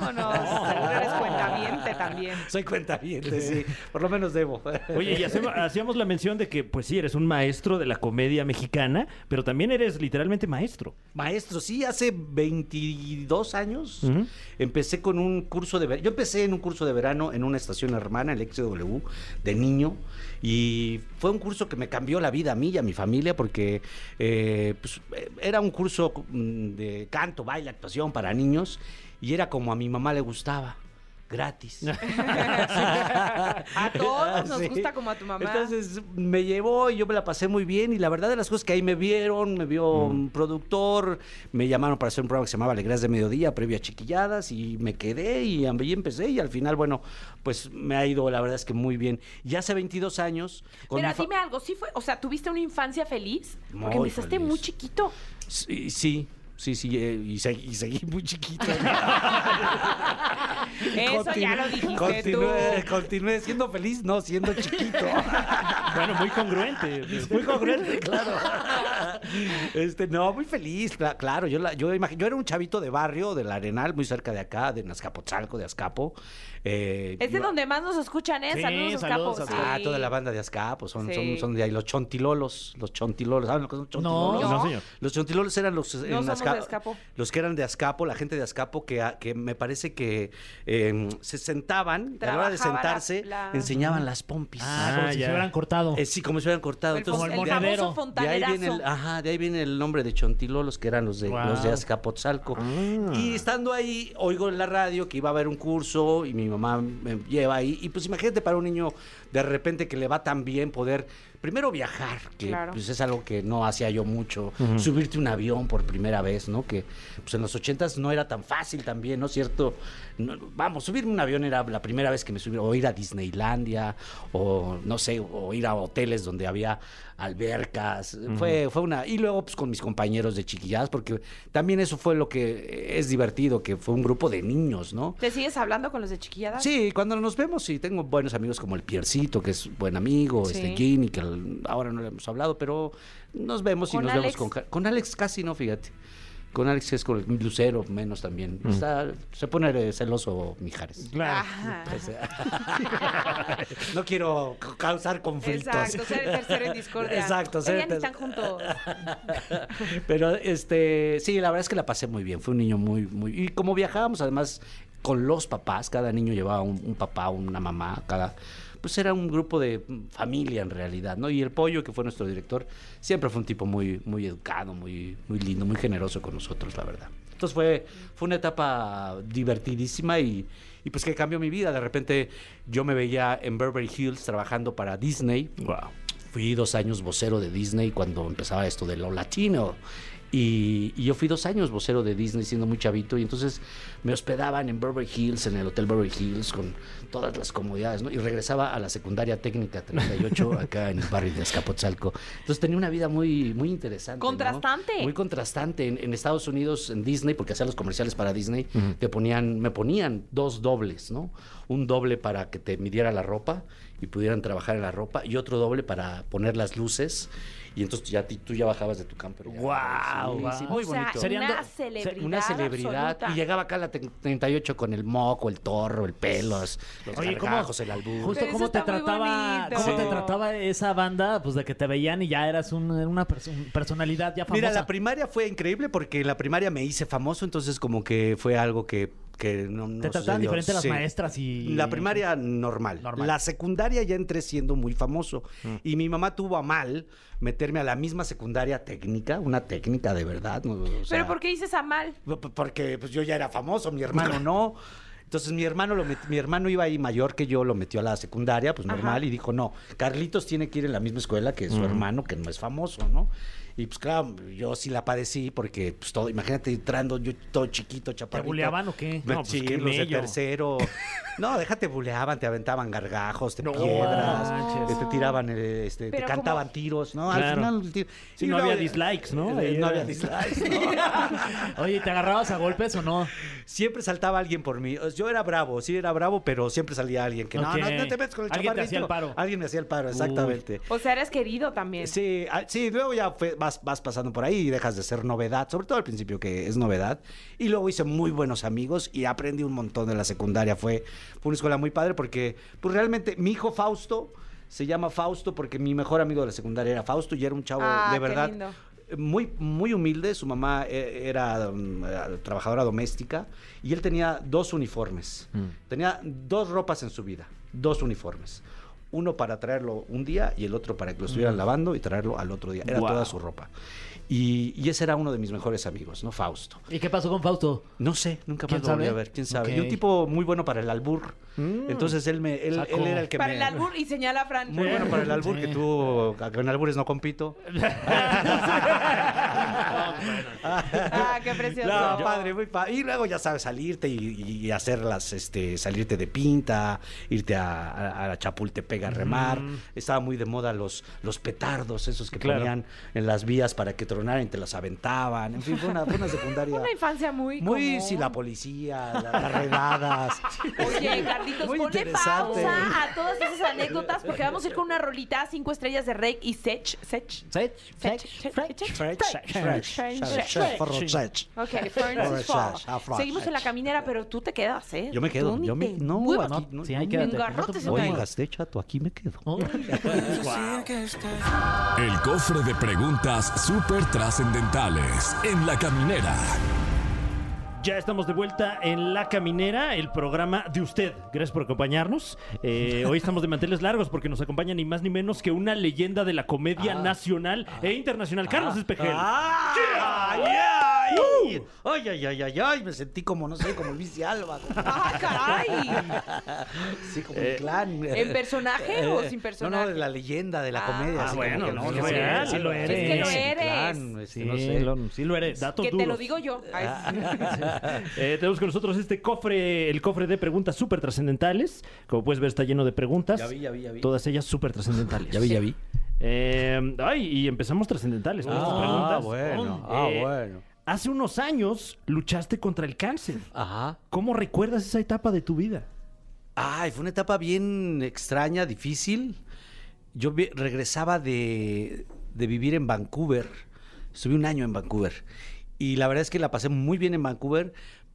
S2: vámonos. Seguro eres cuentaviente también.
S7: Soy cuentaviente, sí. Por lo menos debo.
S3: Oye, y hacemos- hacíamos la mención de que, pues sí, eres un maestro de la comedia mexicana, pero también eres literalmente maestro.
S7: Maestro, sí, hace 22 años
S3: Ujú.
S7: empecé con un curso de verano. Yo empecé en un curso de verano en una estación hermana, el XW, de niño. Y fue un curso que me cambió la vida a mí y a mi familia porque eh, pues, eh, era un curso mm, de canto, baile, actuación para niños. Y era como a mi mamá le gustaba, gratis.
S2: [laughs]
S7: [laughs]
S2: A todos nos
S7: Sí.
S2: gusta como a tu mamá.
S7: Entonces me llevó y yo me la pasé muy bien. Y la verdad de las cosas que ahí me vieron, me vio un productor, me llamaron para hacer un programa que se llamaba Alegrías de Mediodía, previo a Chiquilladas, y me quedé y ahí empecé. Y al final, bueno, pues me ha ido, la verdad es que muy bien. Y hace 22 años. con
S2: Pero
S7: mi fa-
S2: dime algo, ¿sí fue, o sea, tuviste una infancia feliz?
S7: Muy
S2: Porque empezaste
S7: feliz.
S2: muy chiquito.
S7: Sí, sí, sí, sí, eh, y, se- y seguí muy chiquito.
S2: [laughs] Eso ya lo dijiste
S7: Continué,
S2: tú.
S7: continué siendo feliz, no siendo
S2: [laughs]
S7: chiquito.
S3: Bueno, muy congruente.
S7: Muy congruente, claro. [laughs] Este, no, muy feliz, cla- claro. Yo, la- yo, imag- yo era un chavito de barrio, del Arenal, muy cerca de acá, de Azcapotzalco, de Azcapo. Eh,
S2: Es de
S7: iba-
S2: donde más nos escuchan, ¿eh?
S4: Sí,
S2: saludos,
S4: saludos
S2: Escapo.
S4: a-
S2: Sí.
S7: Ah, toda la banda de Azcapo, son,
S2: Sí.
S7: son, son de ahí, los chontilolos, los chontilolos, ¿saben lo que son chontilolos?
S2: No.
S3: No, señor.
S7: Los chontilolos eran los, en
S2: somos de
S7: Azca-
S2: Azcapo.
S7: los que eran de Azcapo, la gente de Azcapo que, a- que me parece que eh, se sentaban, y a la hora de
S2: Trabajaba la-
S7: sentarse,
S2: la-
S7: enseñaban las pompis.
S4: Ah, como
S3: Ah,
S4: si
S3: ya.
S4: se hubieran cortado.
S7: Eh, sí, como si hubieran cortado.
S2: El,
S7: Entonces,
S2: fon-
S4: como el
S2: el
S4: monedero.
S2: famoso
S7: de ahí,
S2: fontanerazo.
S7: viene el, ah. ajá, de ahí viene el nombre de Chontilolos, que eran los de,
S4: Guau.
S7: los de Azcapotzalco. Y estando ahí, oigo en la radio que iba a haber un curso y mi mamá me lleva ahí. Y pues imagínate para un niño de repente que le va tan bien poder, primero viajar, que
S2: Claro.
S7: pues es algo que no hacía yo mucho, subirte un avión por primera vez, ¿no? Que pues en los ochentas no era tan fácil también, ¿no? Cierto, No, vamos, subirme un avión era la primera vez que me subí, o ir a Disneylandia, o no sé, o ir a hoteles donde había albercas, fue, fue una, y luego pues con mis compañeros de chiquilladas, porque también eso fue lo que es divertido, que fue un grupo de niños, ¿no?
S2: ¿Te sigues hablando con los de chiquilladas?
S7: Sí, cuando nos vemos, sí, tengo buenos amigos como el Piercito, que es buen amigo,
S2: Sí.
S7: este Ginny, que el- ahora no le hemos hablado, pero nos vemos y
S2: ¿Con
S7: nos
S2: Alex?
S7: vemos con, ca- con Alex casi no, fíjate. Con Alex es con el Lucero menos también. Está- se pone eh, celoso Mijares.
S3: Claro.
S7: [laughs]
S2: Ajá.
S7: Pues, [laughs] no quiero ca- causar conflictos.
S2: Exacto, ser el tercero en discordia.
S7: Exacto, ser
S2: Oigan,
S7: el ter-
S2: están juntos.
S7: [laughs] Pero este, sí, la verdad es que la pasé muy bien. Fue un niño muy, muy. Y como viajábamos además con los papás, cada niño llevaba un, un papá, una mamá, cada. Pues era un grupo de mm, familia en realidad, ¿no? Y el pollo, que fue nuestro director, siempre fue un tipo muy, muy educado, muy, muy lindo, muy generoso con nosotros, la verdad. Entonces fue, fue una etapa divertidísima y, y pues que cambió mi vida. De repente yo me veía en Beverly Hills trabajando para Disney.
S3: Wow.
S7: Fui dos años vocero de Disney cuando empezaba esto de lo latino. Y, y yo fui dos años vocero de Disney siendo muy chavito y entonces me hospedaban en Beverly Hills, en el Hotel Beverly Hills, con todas las comodidades, ¿no? Y regresaba a la secundaria técnica 38 acá en el barrio de Escapotzalco. Entonces tenía una vida muy, muy interesante. ¿no?
S2: Contrastante.
S7: Muy contrastante. En, en Estados Unidos, en Disney, porque hacía los comerciales para Disney, te ponían, me ponían dos dobles, ¿no? Un doble para que te midiera la ropa y pudieran trabajar en la ropa y otro doble para poner las luces y entonces ya ti- tú ya bajabas de tu camper. ya.
S4: Guau,
S7: Sí,
S4: guau.
S7: sí, muy
S2: o sea,
S7: bonito.
S4: Serían
S2: una
S4: do-
S2: celebridad.
S7: una celebridad
S2: absoluta.
S7: y llegaba acá a la te- 38 con el moco, el torro, el pelos, los
S4: Oye, ¿cómo-
S7: gargajos, el albur.
S4: Justo
S2: Pero
S4: cómo
S2: eso
S4: te
S2: está muy
S4: trataba,
S2: bonito.
S4: cómo te
S2: Sí.
S4: trataba esa banda, pues de que te veían y ya eras un- una perso- personalidad ya famosa.
S7: Mira, la primaria fue increíble porque en la primaria me hice famoso, entonces como que fue algo que, que no, no
S4: te trataban
S7: sucedió.
S4: diferente las
S7: Sí.
S4: maestras y
S7: La primaria normal.
S4: Normal. Mm.
S7: La secundaria ya entré siendo muy famoso. Y mi mamá tuvo a mal meterme a la misma secundaria técnica, una técnica de verdad. no, o sea,
S2: Pero ¿por qué dices a mal?
S7: P- p- Porque pues, yo ya era famoso,
S3: [laughs]
S7: mi hermano no. Entonces mi hermano, lo met- mi hermano iba ahí mayor que yo, lo metió a la secundaria, pues normal, y dijo, no, Carlitos tiene que ir en la misma escuela que su hermano, que no es famoso, ¿no? Y pues claro, yo sí la padecí porque, pues todo, imagínate entrando yo todo chiquito, chaparrito.
S4: buleaban o qué?
S7: No,
S3: No, pues,
S7: sí,
S3: qué
S7: los de
S3: mello.
S7: tercero.
S3: [laughs]
S7: No, déjate buleaban, te aventaban gargajos, te piedras,
S4: manches.
S7: te tiraban, eh, este, te
S2: Pero
S7: cantaban
S2: como-
S7: tiros, ¿no? Al
S3: Claro.
S7: final... el tiro-
S3: Sí,
S7: y
S3: no
S7: luego-
S3: había dislikes, ¿no?
S7: Eh,
S3: Ahí
S7: No
S3: era-
S4: [laughs]
S7: había dislikes,
S3: [laughs]
S7: ¿no?
S4: Oye, ¿te agarrabas a golpes o no?
S7: Siempre saltaba alguien por mí. Yo era bravo, sí era bravo, pero siempre salía alguien que no,
S4: Ok.
S7: no, no te metes con
S4: Alguien te
S7: el chaparrito.
S4: hacía el paro.
S7: Alguien me hacía el paro, exactamente.
S2: O sea, eres querido también.
S7: Sí, ah, sí, luego ya fue- vas, vas pasando por ahí y dejas de ser novedad, sobre todo al principio que es novedad. Y luego hice muy buenos amigos y aprendí un montón de la secundaria. Fue, fue una escuela muy padre porque, pues realmente, mi hijo Fausto se llama Fausto porque mi mejor amigo de la secundaria era Fausto y era un chavo
S2: Ah,
S7: de
S2: qué
S7: verdad
S2: lindo.
S7: muy, muy humilde, su mamá eh, era mm, eh, trabajadora doméstica y él tenía dos uniformes,
S4: Mm.
S7: tenía dos ropas en su vida, dos uniformes. Uno para traerlo un día y el otro para que lo estuvieran
S4: Mm.
S7: lavando y traerlo al otro día. Era
S3: Guau.
S7: toda su ropa. Y, y ese era uno de mis mejores amigos, ¿no? Fausto.
S4: ¿Y qué pasó con Fausto?
S7: No sé, nunca más
S4: ¿Quién
S7: lo volví
S4: sabe?
S7: a ver, quién sabe. Y un
S4: Ok. Mm.
S7: tipo muy bueno para el albur. Entonces él, me, él,
S4: Sacó.
S7: él era el que
S2: para
S7: me...
S2: el albur y señala a Fran.
S7: Muy bueno para el albur,
S4: Sí.
S7: que tú en albures no compito.
S2: Ah, qué precioso.
S7: No, padre, muy padre. Y luego ya sabes salirte y, y hacer las, este, salirte de pinta, irte a, a, a Chapultepec a remar. Estaba muy de moda los, los petardos, esos que
S3: Claro.
S7: ponían en las vías para que tronaran y te los aventaban. En fin, fue una, fue
S2: [laughs]
S7: una secundaria.
S2: Una infancia muy
S7: Muy,
S2: común.
S7: sí, la policía, la- las redadas.
S2: [laughs] Oye, Carlitos,
S7: Muy
S2: ponle
S7: interesante.
S2: pausa a todas esas anécdotas porque vamos a ir con una rolita cinco estrellas de Rake y Sech. Sech.
S4: ¿Sech?
S2: Sech, Sech,
S4: ¿Sech?
S2: Sech, Sech,
S7: French, French,
S2: French,
S7: French,
S2: Sech.
S7: French, French.
S2: Ok,
S7: French,
S2: French Fall.
S7: ah, French.
S2: Seguimos en la caminera, pero tú te quedas, ¿eh?
S7: Yo me
S2: Tú
S7: quedo,
S2: ni
S7: yo me...
S2: te
S7: No,
S2: muevas.
S7: aquí... No,
S4: Sí, hay que
S2: Engarrotes en
S7: Oye,
S2: ahí.
S7: gasté chato, aquí me quedo.
S1: El cofre de preguntas súper trascendentales en la caminera.
S3: Ya estamos de vuelta en La Caminera, el programa de usted. Gracias por acompañarnos. Eh, hoy estamos de manteles largos porque nos acompaña ni más ni menos que una leyenda de la comedia nacional e internacional, Carlos Espejel.
S7: ¡Ah! Uh. ¡Yeah! ¡Ay, ay, ay, ay, ay, ay! Me sentí como, no sé, como Luis de Alba. como-
S2: ¡Ah, caray!
S7: sí, como el clan.
S2: ¿En personaje o sin
S7: No,
S2: personaje?
S7: no, de la leyenda, de la
S2: Ah.
S7: comedia.
S3: Ah,
S7: así
S3: bueno,
S7: como que
S3: no,
S7: no,
S3: sí
S7: no,
S3: lo
S7: sí,
S3: eres,
S7: sí
S3: sí lo
S7: eres.
S3: eres.
S2: Es que lo
S7: Sí,
S2: eres.
S7: clan, este,
S4: Sí,
S7: no sé.
S4: lo, sí lo eres.
S3: Datos
S2: Que te
S3: duros.
S2: lo digo yo. Ay, sí.
S7: Ah,
S3: [laughs] Eh, tenemos con nosotros este cofre, el cofre de preguntas súper trascendentales. Como puedes ver, está lleno de preguntas.
S7: Ya vi, ya vi, ya vi.
S3: Todas ellas súper trascendentales.
S7: Ya vi, ya vi.
S3: Eh, ay, y empezamos trascendentales. con estas
S7: Ah,
S3: preguntas.
S7: bueno, ah,
S3: Eh,
S7: bueno.
S3: Hace unos años luchaste contra el cáncer.
S7: Ajá.
S3: ¿Cómo recuerdas esa etapa de tu vida?
S7: Ay, fue una etapa bien extraña, difícil. Yo vi- regresaba de, de vivir en Vancouver. Estuve un año en Vancouver. Y la verdad es que la pasé muy bien en Vancouver,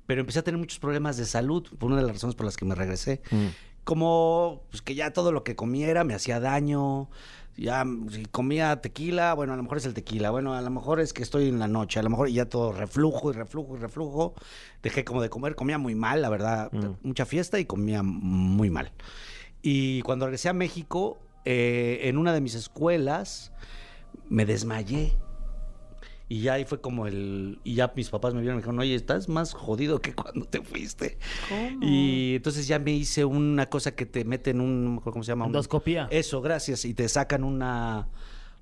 S7: pero empecé a tener muchos problemas de salud. Fue una de las razones por las que me regresé.
S4: Mm.
S7: Como pues, que ya todo lo que comiera me hacía daño. Ya mm, si comía tequila, bueno, a lo mejor es el tequila, bueno, a lo mejor es que estoy en la noche, a lo mejor y ya todo reflujo y reflujo y reflujo. Dejé como de comer, comía muy mal, la verdad, mucha fiesta y comía muy mal. Y cuando regresé a México, eh, en una de mis escuelas, me desmayé. Y ya ahí fue como el. Y ya mis papás me vieron y me dijeron, oye, estás más jodido que cuando te fuiste. Y entonces ya me hice una cosa que te meten un. No me acuerdo cómo se llama. un-
S4: Endoscopía.
S7: Eso, gracias. Y te sacan una.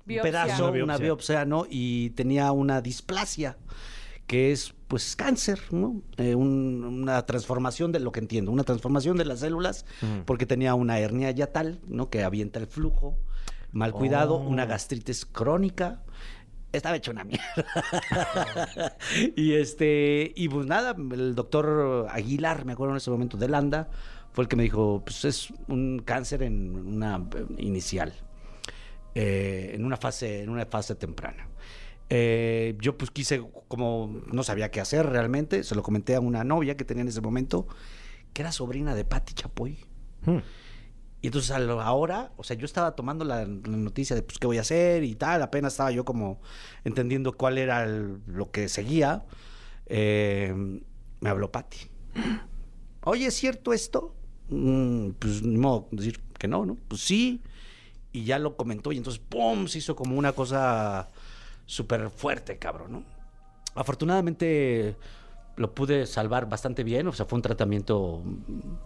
S2: Biopsia.
S7: Un pedazo,
S3: Una
S7: una
S3: biopsia.
S7: biopsia. ¿no? Y tenía una displasia, que es, pues, cáncer, ¿no? Eh, un- una transformación de lo que entiendo, una transformación de las células, porque tenía una hernia yatal, ¿no? Que avienta el flujo, mal cuidado, una gastritis crónica. Estaba hecho una mierda. y este, y pues nada, el doctor Aguilar, me acuerdo en ese momento, de Landa, fue el que me dijo: Pues es un cáncer en una inicial eh, en una fase en una fase temprana. Eh, yo pues quise como no sabía qué hacer realmente, se lo comenté a una novia que tenía en ese momento que era sobrina de Patti Chapoy.
S4: Mm.
S7: Y entonces a la hora, o sea, yo estaba tomando la, la noticia de pues qué voy a hacer y tal, apenas estaba yo como entendiendo cuál era el- lo que seguía. Eh, me habló Patti. Oye, ¿es cierto esto? Mm, pues ni modo decir que no, ¿no? Pues sí y ya lo comentó y entonces ¡pum! se hizo como una cosa súper fuerte, cabrón, ¿no? Afortunadamente lo pude salvar bastante bien, o sea, fue un tratamiento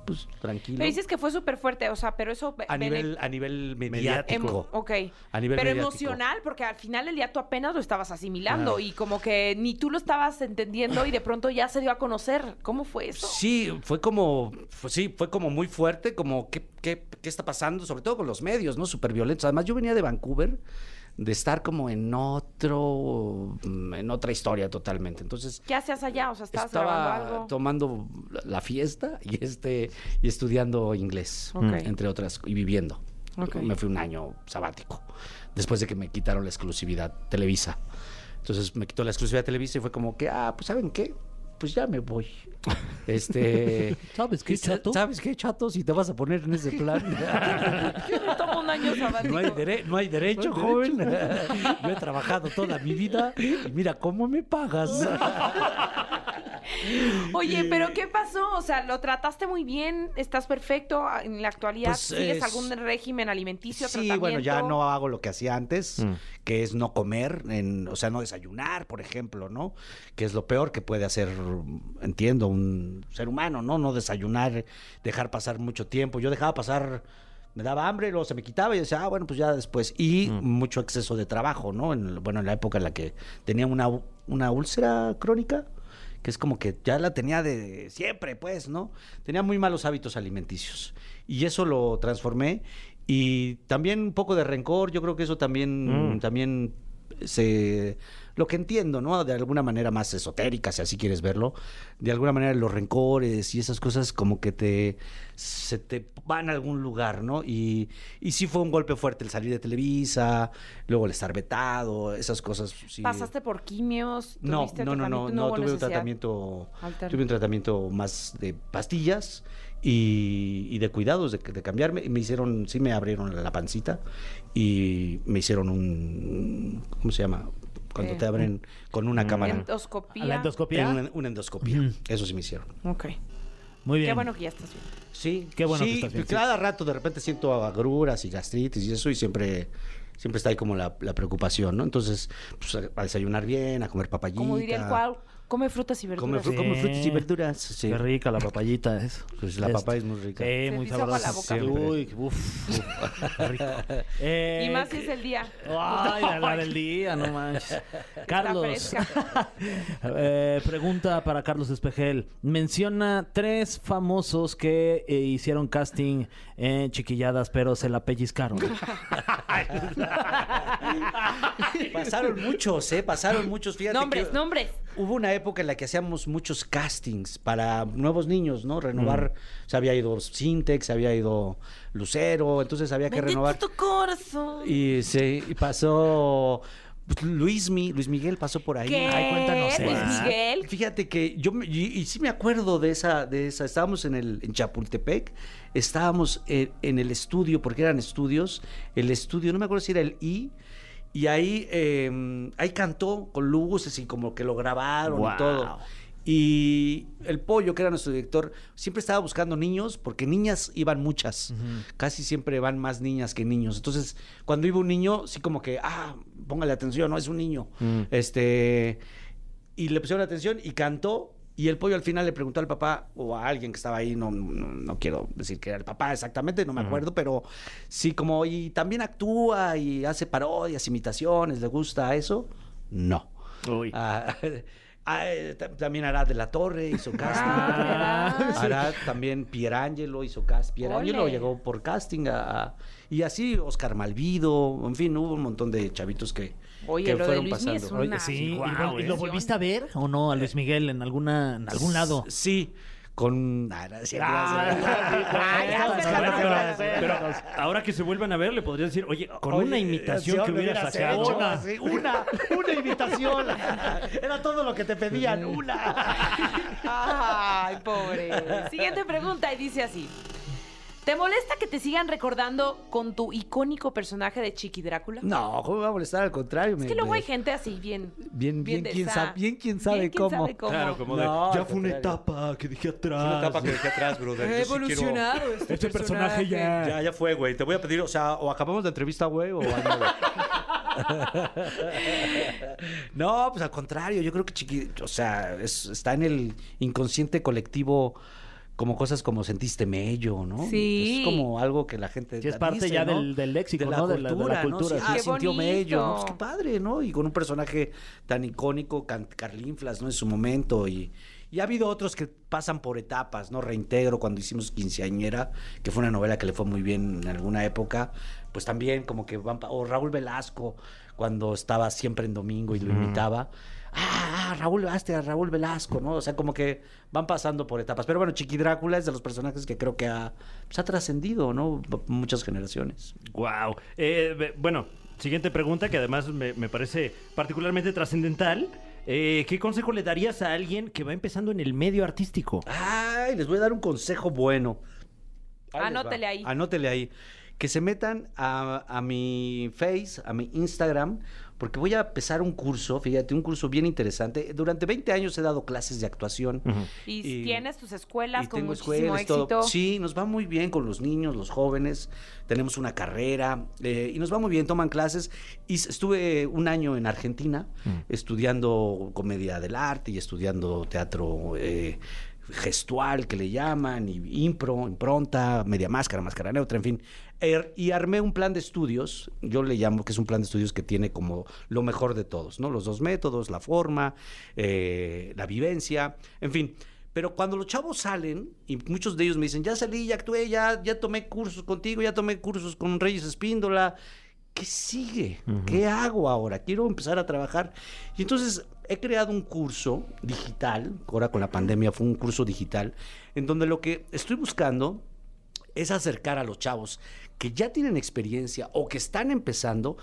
S7: pues tranquilo.
S2: Me dices que fue súper fuerte, o sea, pero eso... be-
S7: a
S2: bene-
S7: nivel a nivel
S2: em-
S7: mediático.
S2: ok.
S7: A nivel
S2: pero
S7: mediático.
S2: emocional, porque al final el día tú apenas lo estabas asimilando y como que ni tú lo estabas entendiendo y de pronto ya se dio a conocer. ¿Cómo fue eso?
S7: Sí, fue como, fue- sí, fue como muy fuerte, como ¿qué, qué, qué está pasando, sobre todo con los medios, ¿no? Súper violentos. Además, yo venía de Vancouver de estar como en otro, mm, en otra historia totalmente. Entonces,
S2: ¿Qué hacías allá? O sea, estabas grabando
S7: estaba
S2: algo.
S7: tomando la- la fiesta y este y estudiando inglés
S2: Ok.
S7: entre otras y viviendo
S2: Ok.
S7: me fui un año sabático después de que me quitaron la exclusividad Televisa entonces me quitó la exclusividad Televisa y fue como que ah pues saben qué pues ya me voy este
S4: [laughs] ¿Sabes qué,
S7: y sa-
S4: chato?
S7: sabes qué chato si te vas a poner en
S4: [laughs]
S7: ese plan
S2: [laughs] Yo me tomo un año sabático.
S7: No hay, dere- no hay derecho, [laughs] joven. Yo he trabajado toda mi vida y mira cómo me pagas.
S2: Oye, pero ¿qué pasó? O sea, lo trataste muy bien, estás perfecto ah, en la actualidad.
S7: Pues,
S2: ¿Sigues
S7: es-
S2: algún régimen alimenticio?
S7: Sí, bueno, ya
S2: tratamiento?
S7: no hago lo que hacía antes, que es no comer, en- o sea, no desayunar, por ejemplo, ¿no? Que es lo peor que puede hacer, entiendo, un ser humano, ¿no? No desayunar, dejar pasar mucho tiempo. Yo dejaba pasar, me daba hambre, luego se me quitaba y decía, ah, bueno, pues ya después. Y mucho exceso de trabajo, ¿no? En- bueno, en la época en la que tenía una, ú- una úlcera crónica. Que es como que ya la tenía de siempre, pues, ¿no? Tenía muy malos hábitos alimenticios. Y eso lo transformé y también un poco de rencor, yo creo que eso también, también se lo que entiendo, ¿no? De alguna manera más esotérica, si así quieres verlo, de alguna manera los rencores y esas cosas como que te se te van a algún lugar, ¿no? Y, y sí fue un golpe fuerte el salir de Televisa, luego el estar vetado, esas cosas. sí.
S2: ¿Pasaste por quimios?
S7: No,
S2: ¿Tuviste
S7: no, no, no,
S2: tratamiento?
S7: no,
S2: hubo
S7: tuve un
S2: necesidad.
S7: tratamiento,
S2: Alterno.
S7: tuve un tratamiento más de pastillas y, y de cuidados, de, de cambiarme. Y me hicieron, sí me abrieron la pancita y me hicieron un, ¿cómo se llama? Cuando
S2: ¿Qué?
S7: te abren con una cámara.
S2: Endoscopía.
S4: ¿A la endoscopía?
S7: Una, una endoscopía. Eso sí me hicieron.
S2: Ok.
S4: Muy bien.
S2: Qué bueno que ya estás bien.
S7: Sí,
S4: Qué bueno que
S7: sí,
S4: estás bien, sí.
S7: Cada rato de repente siento agruras y gastritis y eso y siempre... Siempre está ahí como la, la preocupación, ¿no? Entonces, pues, a, a desayunar bien, a comer papayita.
S2: Como diría el cual, come frutas y
S7: Come,
S2: verduras.
S7: fru- come
S4: Sí.
S7: frutas y verduras. sí.
S4: Qué rica la papayita es.
S7: Pues la
S4: Este.
S7: papa es muy rica.
S4: Sí,
S2: Se
S4: muy
S2: te hizo agua
S4: sabrosa.
S2: la
S7: boca. Siempre.
S4: Uy, uff. rico. Eh,
S2: [laughs] Y más si es el día.
S4: Ay, la, la del día, no manches. Carlos. [laughs] eh, pregunta para Carlos Espejel. Menciona tres famosos que eh, hicieron casting en Chiquilladas, pero se la
S7: [laughs]
S4: pellizcaron.
S7: [laughs] Pasaron muchos, ¿eh? Pasaron muchos. Fíjate
S2: Nombres,
S7: que
S2: nombres.
S7: Hubo una época en la que hacíamos muchos castings para nuevos niños, ¿no? Renovar. Se había ido Sintex, se había ido Lucero, entonces había que renovar.
S2: tu corazón.
S7: Y, se, y pasó. pues, Luismi, Luis Miguel pasó por ahí.
S2: ¿Qué?
S4: Ay, cuéntanos
S2: Luis
S4: más.
S2: Miguel.
S7: Fíjate que yo me- y, y sí me acuerdo de esa, de esa. Estábamos en el en Chapultepec, estábamos en, en el estudio porque eran estudios, el estudio, no me acuerdo si era el I. em, Y ahí, eh, ahí cantó con luces y como que lo grabaron
S4: Wow.
S7: y todo. Y el pollo, que era nuestro director, siempre estaba buscando niños, porque niñas iban muchas. Casi siempre van más niñas que niños. Entonces, cuando iba un niño, sí como que, ah, póngale atención, no es un niño. Este. Y le pusieron atención y cantó. Y el pollo al final le preguntó al papá o a alguien que estaba ahí, no, no, no quiero decir que era el papá exactamente, no me acuerdo, pero sí como, y también actúa y hace parodias, imitaciones, le gusta eso. No.
S3: Uy.
S7: Ah, [laughs] ah, eh, ta- también Arad de la Torre hizo casting.
S2: Ah, Arad.
S7: Arad también Pierangelo hizo casting. Pierangelo
S2: Ole.
S7: llegó por casting a- a- y así Oscar Malvido, en fin, hubo un montón de chavitos que,
S2: Oye,
S7: que
S2: lo de
S7: fueron
S2: Luis Miguel es
S7: pasando.
S2: un- Una-
S4: sí,
S3: Guau,
S4: y vol- ¿y, lo
S2: ¿eh?
S4: volviste a ver o no a Luis Miguel en alguna en algún lado?
S7: Sí, con ah, no, sí, gracias.
S3: Ah,
S2: Ay, ya,
S4: Bueno,
S2: ya,
S4: bueno,
S2: ya,
S4: bueno,
S2: ya.
S4: pero-
S3: Pero ahora que se vuelvan a ver, le podrías decir, oye, con una imitación que hubieras sacado.
S7: Una, una, una invitación. Era todo lo que te pedían, una.
S2: Ay, pobre. Siguiente pregunta y dice así. ¿Te molesta que te sigan recordando con tu icónico personaje de Chiqui Drácula?
S7: [laughs] No, ¿cómo me va a molestar? Al contrario.
S2: Es que luego hay gente así bien.
S7: Bien- bien
S2: de
S7: quién
S2: esa.
S7: sabe- bien quién sabe cómo.
S3: Claro, como de,
S7: No,
S3: ya
S7: al
S3: fue una
S7: contrario.
S3: etapa que dejé atrás.
S8: una etapa que dejé atrás, brother. Yo sí quiero-
S3: Este, personaje, ya.
S8: Ya, ya fue, güey. Te voy a pedir, o sea, o acabamos la entrevista, güey, o algo, güey.
S7: [laughs] No, pues al contrario, yo creo que Chiqui, o sea, es- está en el inconsciente colectivo como cosas como sentiste mello, ¿no?
S2: Sí.
S7: Es como algo que la gente
S4: Sí, es
S7: la
S4: parte
S7: dice,
S4: ya
S7: ¿no?
S4: del- del léxico,
S7: de la
S4: ¿no? De la- de la
S7: cultura, ¿no?
S4: cultura,
S7: Sí,
S4: sí.
S7: ah,
S2: Qué
S7: sintió mello, ¿no?
S2: bonito.
S7: Pues qué padre, ¿no? Y con un personaje tan icónico, Can- Carlinflas, ¿no? En su momento y y ha habido otros que pasan por etapas, ¿no? Reintegro, cuando hicimos Quinceañera, que fue una novela que le fue muy bien en alguna época, pues también como que van... pa- O Raúl Velasco, cuando estaba siempre en Domingo y lo imitaba. Ah, ah, Raúl Bastia, Raúl Velasco, ¿no? O sea, como que van pasando por etapas. Pero bueno, Chiqui Drácula es de los personajes que creo que ha, pues, ha trascendido, ¿no? P- Muchas generaciones.
S3: Wow. Eh, bueno, siguiente pregunta que además me, me parece particularmente trascendental. Eh, ¿Qué consejo le darías a alguien que va empezando en el medio artístico?
S7: Ay, les voy a dar un consejo bueno. Ahí les va.
S2: Anótele ahí.
S7: Anótele ahí. Que se metan a, a mi Face, a mi Instagram, porque voy a empezar un curso, fíjate, un curso bien interesante. Durante 20 años he dado clases de actuación.
S2: Y,
S7: Y-
S2: tienes tus escuelas
S7: Y
S2: con
S7: tengo
S2: muchísimo
S7: escuelas,
S2: éxito.
S7: todo. Sí, nos va muy bien con los niños, los jóvenes. Tenemos una carrera eh, y nos va muy bien. Toman clases. Y s- estuve un año en Argentina estudiando comedia del arte y estudiando teatro eh, gestual, que le llaman, y impro, impronta, media máscara, máscara neutra, en fin. Er- y armé un plan de estudios. Yo le llamo que es un plan de estudios que tiene como lo mejor de todos, ¿no? Los dos métodos, la forma, eh, la vivencia, en fin. Pero cuando los chavos salen, y muchos de ellos me dicen, ya salí, ya actué, ya, ya tomé cursos contigo, ya tomé cursos con Reyes Espíndola, ¿qué sigue? ¿Qué hago ahora? Quiero empezar a trabajar. Y entonces he creado un curso digital, ahora con la pandemia fue un curso digital, en donde lo que estoy buscando es acercar a los chavos que ya tienen experiencia o que están empezando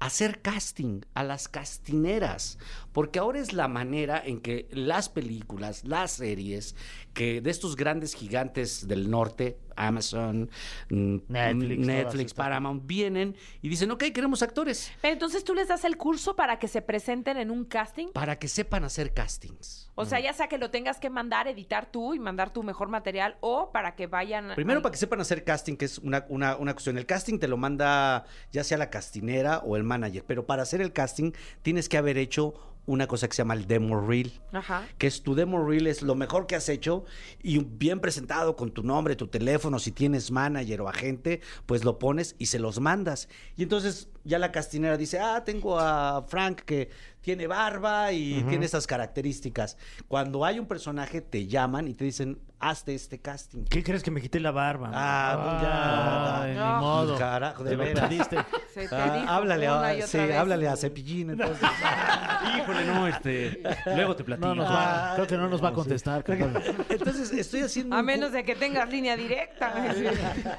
S7: a hacer casting, a las castineras, porque ahora es la manera en que las películas, las series, que de estos grandes gigantes del norte, Amazon, mm,
S4: Netflix,
S7: mm,
S4: todas
S7: Netflix
S4: estas.
S7: Paramount, vienen y dicen, ok, queremos actores,
S2: Pero entonces tú les das el curso para que se presenten en un casting.
S7: para que sepan hacer castings.
S2: O sea, ya sea que lo tengas que mandar, editar tú y mandar tu mejor material o para que vayan.
S7: Primero para que sepan hacer casting, que es una, una- una cuestión. El casting te lo manda ya sea la castinera o el manager, pero para hacer el casting tienes que haber hecho una cosa que se llama el demo reel,
S2: Ajá.
S7: que es tu demo reel, es lo mejor que has hecho y bien presentado con tu nombre, tu teléfono, si tienes manager o agente, pues lo pones y se los mandas. Y entonces ya la castinera dice, ah, tengo a Frank que tiene barba y tiene estas características. Cuando hay un personaje te llaman y te dicen, hazte este casting.
S3: ¿Qué crees que me quité la barba?
S7: Ah,
S4: Ay,
S7: pues ya.
S4: ni modo.
S7: Carajo, de
S4: Te lo
S7: veras.
S4: perdiste.
S2: Se te
S7: Ah,
S2: dijo
S7: háblale,
S2: una
S7: a,
S2: y otra
S7: sí,
S2: vez.
S7: háblale a
S2: [laughs]
S7: Cepillín, entonces.
S3: pues, Híjole, no, [laughs] este. Luego te platico.
S4: No nos va- Ah, creo que no nos va a contestar. Carlos.
S7: Entonces, estoy haciendo.
S2: A
S7: un cu-
S2: menos de que tengas línea directa.
S7: [laughs]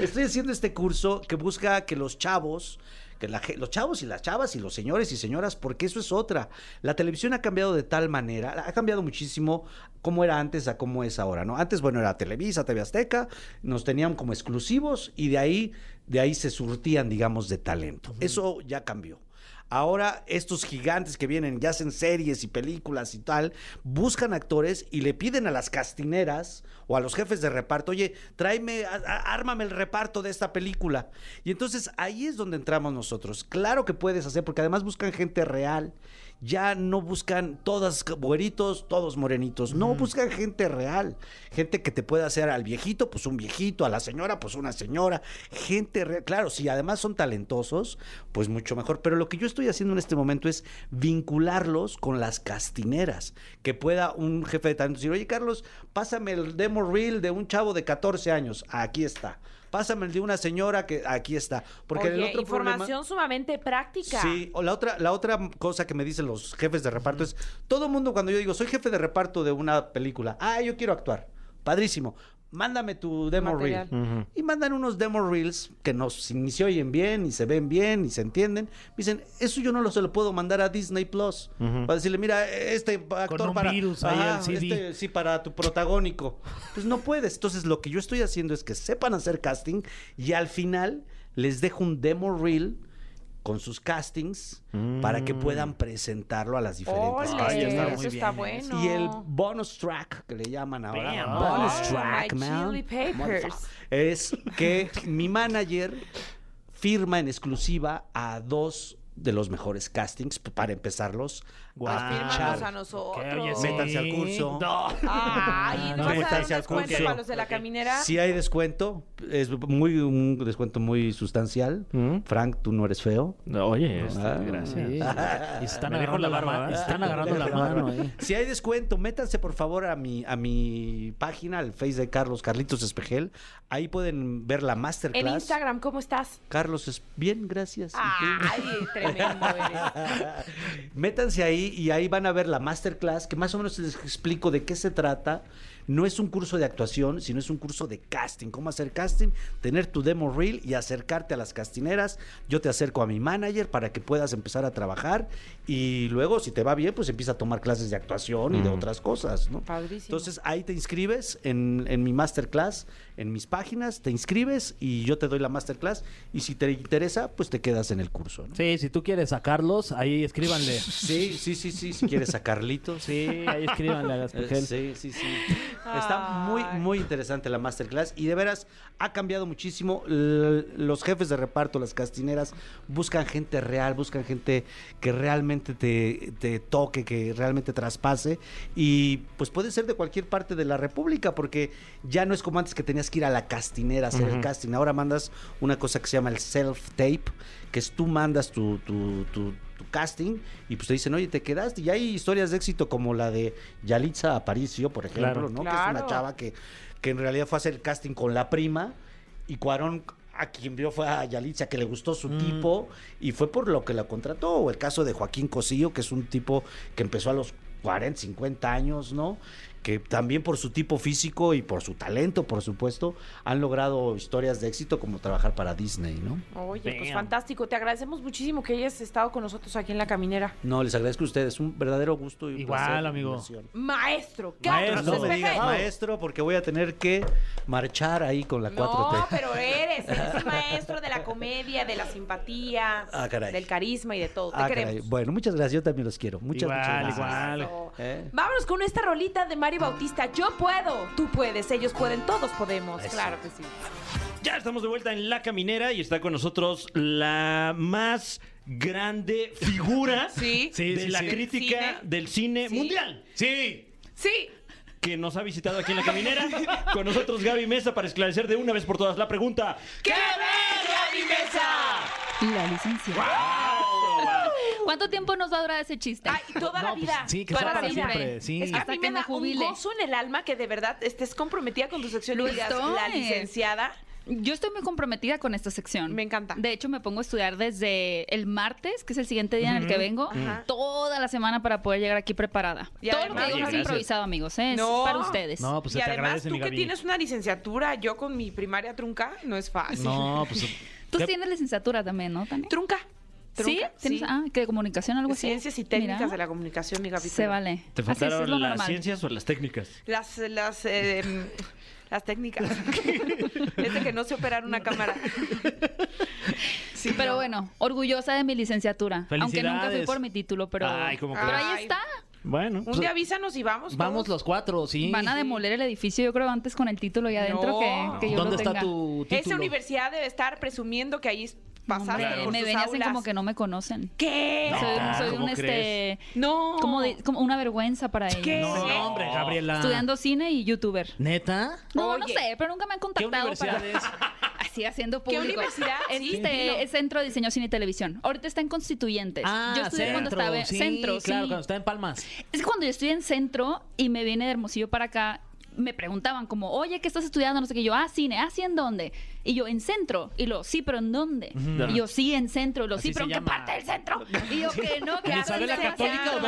S7: Estoy haciendo este curso que busca que los chavos, que la ge- los chavos y las chavas y los señores y señoras, porque eso es otra. La televisión ha cambiado de tal manera, ha cambiado muchísimo cómo era antes a cómo es ahora, ¿no? Antes, bueno, era Televisa, TV Azteca, nos tenían como exclusivos y de ahí, de ahí se surtían, digamos, de talento. Eso ya cambió. Ahora estos gigantes que vienen, ya hacen series y películas y tal, buscan actores y le piden a las castineras o a los jefes de reparto, oye, tráeme, a- a- ármame el reparto de esta película. Y entonces ahí es donde entramos nosotros. Claro que puedes hacer, porque además buscan gente real. Ya no buscan todas güeritos, todos morenitos. No, buscan gente real. Gente que te pueda hacer al viejito, pues un viejito, a la señora, pues una señora. Gente real. Claro, si además son talentosos, pues mucho mejor. Pero lo que yo estoy haciendo en este momento es vincularlos con las castineras. Que pueda un jefe de talento decir, oye, Carlos, pásame el demo reel de un chavo de 14 años. Aquí está. Pásame el de una señora que aquí está. Porque el
S2: Oye,
S7: otro
S2: información
S7: problema-
S2: sumamente práctica.
S7: Sí, o la otra, la otra cosa que me dicen los jefes de reparto es, todo mundo cuando yo digo, soy jefe de reparto de una película, ah, yo quiero actuar, padrísimo, mándame tu demo
S2: Material.
S7: reel. Y mandan unos demo reels que nos, ni se oyen bien, ni se ven bien, ni se entienden. Dicen, eso yo no lo, se lo puedo mandar a Disney Plus. Para decirle, mira, este actor
S4: un
S7: para...
S4: virus ahí
S7: Ajá,
S4: al CD.
S7: este, sí, para tu protagónico. Pues no puedes. Entonces, lo que yo estoy haciendo es que sepan hacer casting y al final les dejo un demo reel con sus castings para que puedan presentarlo a las diferentes
S2: Ole,
S7: castings.
S2: eso
S7: Muy
S2: está
S7: bien. ¿eh?
S2: bueno.
S7: Y el bonus track que le llaman ahora,
S4: Bam.
S7: bonus
S2: Oh,
S7: track,
S2: my
S7: man,
S2: chili peppers.
S7: Motherfuck. es que mi manager firma en exclusiva a dos de los mejores castings para empezarlos
S2: Pues
S7: a
S2: fírmanos
S7: fichar.
S2: a nosotros.
S4: Que oye, sí.
S7: Métanse al curso.
S2: Ay, ¿no vas a dar un
S7: Métanse al
S2: descuento
S7: curso.
S2: para los de la caminera?
S7: Si hay descuento, es muy un descuento muy sustancial.
S3: ¿Mm?
S7: Frank, tú no eres feo.
S3: Oye, este,
S7: Ah.
S3: gracias.
S4: Sí. Y Están
S3: Me dejó
S4: agarrando
S3: la
S4: la
S3: barba,
S4: mano.
S3: ¿eh?
S4: Están agarrando la mano ahí.
S7: Si hay descuento, métanse por favor a mi a mi página, al Face de Carlos Carlitos Espejel. Ahí pueden ver la masterclass.
S2: En Instagram, Ah. ¿cómo estás?
S7: Carlos es bien, gracias. ¿Y tú?
S2: Ay,
S7: [laughs]
S2: tremendo eres.
S7: Métanse ahí y ahí van a ver la masterclass, que más o menos les explico de qué se trata. No es un curso de actuación, sino es un curso de casting. ¿Cómo hacer casting? Tener tu demo reel y acercarte a las castineras. Yo te acerco a mi manager para que puedas empezar a trabajar y luego, si te va bien, pues empieza a tomar clases de actuación y de otras cosas, ¿no?
S2: Padrísimo.
S7: Entonces ahí te inscribes en, en mi masterclass, en mis páginas, te inscribes y yo te doy la masterclass y si te interesa, pues te quedas en el curso. ¿no?
S4: Sí, si tú quieres sacarlos, ahí escríbanle.
S7: Sí, sí, sí, sí. Si quieres a Carlitos.
S4: Sí, ahí escríbanle a
S7: Eh,
S4: Gaspigel.
S7: Sí, sí, sí. Está muy,
S2: Ay.
S7: muy interesante la masterclass y de veras ha cambiado muchísimo. L- Los jefes de reparto, las castineras, buscan gente real, buscan gente que realmente te, te toque, que realmente traspase y pues puede ser de cualquier parte de la República porque ya no es como antes que tenías que ir a la castinera a hacer el casting. Ahora mandas una cosa que se llama el self-tape, que es tú mandas tu- tu- tu, tu casting y pues te dicen, oye, te quedaste. Y hay historias de éxito como la de Yalitza Aparicio, por ejemplo,
S3: Claro.
S7: ¿no? Que es
S2: Claro.
S7: una chava que, que en realidad fue a hacer el casting con la prima y Cuarón a quien vio fue a Yalitza, que le gustó su tipo y fue por lo que la contrató. O el caso de Joaquín Cosillo, que es un tipo que empezó a los 40, 50 años, ¿no? Que también por su tipo físico y por su talento, por supuesto, han logrado historias de éxito como trabajar para Disney, ¿no?
S2: Oye, pues fantástico. Te agradecemos muchísimo que hayas estado con nosotros aquí en la caminera.
S7: No, les agradezco a ustedes. Un verdadero gusto y un
S4: Igual,
S7: placer y
S4: amigo.
S7: diversión.
S2: Maestro, Carlos
S4: Maestro.
S7: No me digas
S2: Espejel.
S7: maestro porque voy a tener que marchar ahí con la
S2: No,
S7: 4T.
S2: pero eres, eres
S7: [laughs]
S2: el maestro de la comedia, de la simpatía,
S7: Ah, caray.
S2: del carisma y de todo. Te
S7: Ah,
S2: queremos.
S7: caray. Bueno, muchas gracias. Yo también los quiero. Muchas,
S4: Igual,
S7: muchas gracias.
S4: igual.
S2: Eso.
S7: Eh.
S2: Vámonos con esta rolita de Mario Bautista. Yo puedo, tú puedes, ellos pueden, todos podemos. Claro que sí.
S3: Ya estamos de vuelta en La Caminera y está con nosotros la más grande figura
S2: [laughs] Sí. Sí,
S3: de
S2: sí,
S3: la
S2: sí.
S3: crítica
S2: Cine.
S3: del cine
S2: Sí.
S3: mundial. Sí.
S2: Sí.
S3: Que nos ha visitado aquí en
S2: [laughs]
S3: La Caminera. con nosotros Gaby Mesa para esclarecer de una vez por todas la pregunta.
S2: ¡Qué ver, mi Mesa!
S9: La licencia. ¿Cuánto tiempo nos va a durar ese chiste?
S2: Ay, toda la
S4: No, pues,
S2: vida.
S4: sí, que
S2: toda
S9: sea
S2: la
S9: para
S2: vida.
S4: siempre, sí.
S2: Es que
S9: Hasta
S2: a mí
S9: que
S2: me da
S9: me
S2: un
S9: jubile.
S2: gozo en el alma que de verdad estés comprometida con tu sección y
S9: Lo
S2: digas,
S9: estoy.
S2: la licenciada.
S9: Yo estoy muy comprometida con esta sección.
S2: Me encanta.
S9: De hecho, me pongo a estudiar desde el martes, que es el siguiente día en el que vengo,
S2: Ajá.
S9: toda la semana para poder llegar aquí preparada.
S2: Y
S9: Todo
S2: además-
S9: lo que digo no es
S3: Oye, gracias.
S9: improvisado, amigos. ¿eh? Es
S2: No.
S9: para ustedes.
S4: No, pues
S2: y
S4: se te
S2: además,
S4: agradece,
S2: tú
S4: mi
S2: que
S4: Gaby.
S2: tienes una licenciatura, yo con mi primaria trunca, no es fácil.
S4: No, pues.
S9: Tú
S4: ¿qué-
S9: tienes licenciatura también, ¿no? ¿También?
S2: Trunca.
S9: ¿Sí?
S2: trunca,
S9: ¿Tienes, Ah, ¿qué de comunicación algo así?
S2: Ciencias y técnicas
S9: Mira,
S2: de la comunicación, mi Gaby.
S9: Se
S2: pero-
S9: vale.
S3: ¿Te
S9: Así es, es
S3: faltaron
S9: lo
S3: las
S9: normal.
S3: ciencias o las técnicas?
S2: Las, las, eh, em, las
S4: [laughs]
S2: Este técnicas. es de que no se operar una cámara. Sí,
S9: Pero Pero bueno, orgullosa de mi licenciatura. Aunque nunca fui
S4: Felicidades.
S9: por mi título, pero,
S4: Ay, ¿cómo
S9: pero
S2: crees?
S9: ahí está.
S2: Ah.
S3: Bueno,
S2: Un
S3: pues,
S2: día avísanos y vamos.
S4: Vamos
S2: todos.
S4: los cuatro, sí.
S9: Van a demoler el edificio, yo creo, antes con el título ahí adentro
S2: No.
S9: que, que yo
S4: ¿Dónde
S9: lo
S4: está
S9: tenga.
S4: tu título?
S2: Esa universidad debe estar presumiendo que ahí pasaste
S9: Hombre,
S2: por
S9: Eh, me
S2: sus
S9: ven y hacen
S2: aulas.
S9: como que no me conocen.
S2: ¿Qué?
S9: soy un-
S4: Ah,
S9: soy
S3: ¿cómo
S9: un este
S2: No.
S9: como, de- como una vergüenza para ellos.
S2: ¿Qué?
S4: No, no, hombre, Gabriela.
S9: Estudiando cine y youtuber.
S4: ¿Neta?
S9: No, no
S2: Oye.
S9: sé, pero nunca me han
S4: ¿Qué
S9: contactado
S4: universidad
S9: para
S4: es?
S9: [laughs] así haciendo
S2: ¿Qué
S9: público.
S2: universidad?
S9: Es,
S2: Sí,
S9: este,
S2: dilo.
S9: es Centro de Diseño Cine y Televisión. Ahorita está en Constituyentes.
S4: [laughs] Ah,
S9: yo estudié cuando
S4: centro,
S9: estaba en
S4: sí,
S9: Centro,
S4: claro,
S9: sí.
S4: cuando estaba en Palmas.
S9: Es que cuando yo estudié en Centro y me vine de Hermosillo para acá, me preguntaban como, "Oye, ¿qué estás estudiando?" no sé qué. Y Yo, "Ah, cine. Ah, sí, ¿en dónde?" Y yo, "En Centro." Y lo, "Sí, pero ¿en dónde?" Y yo, "Sí, en Centro." Y lo,
S4: Así
S9: "Sí, pero
S4: se
S9: ¿en qué
S4: llama.
S9: parte del centro?" Y yo, "Que no, que
S4: ¿En
S9: ah,
S4: Isabela
S9: sí,
S4: Católica
S9: sí,
S4: o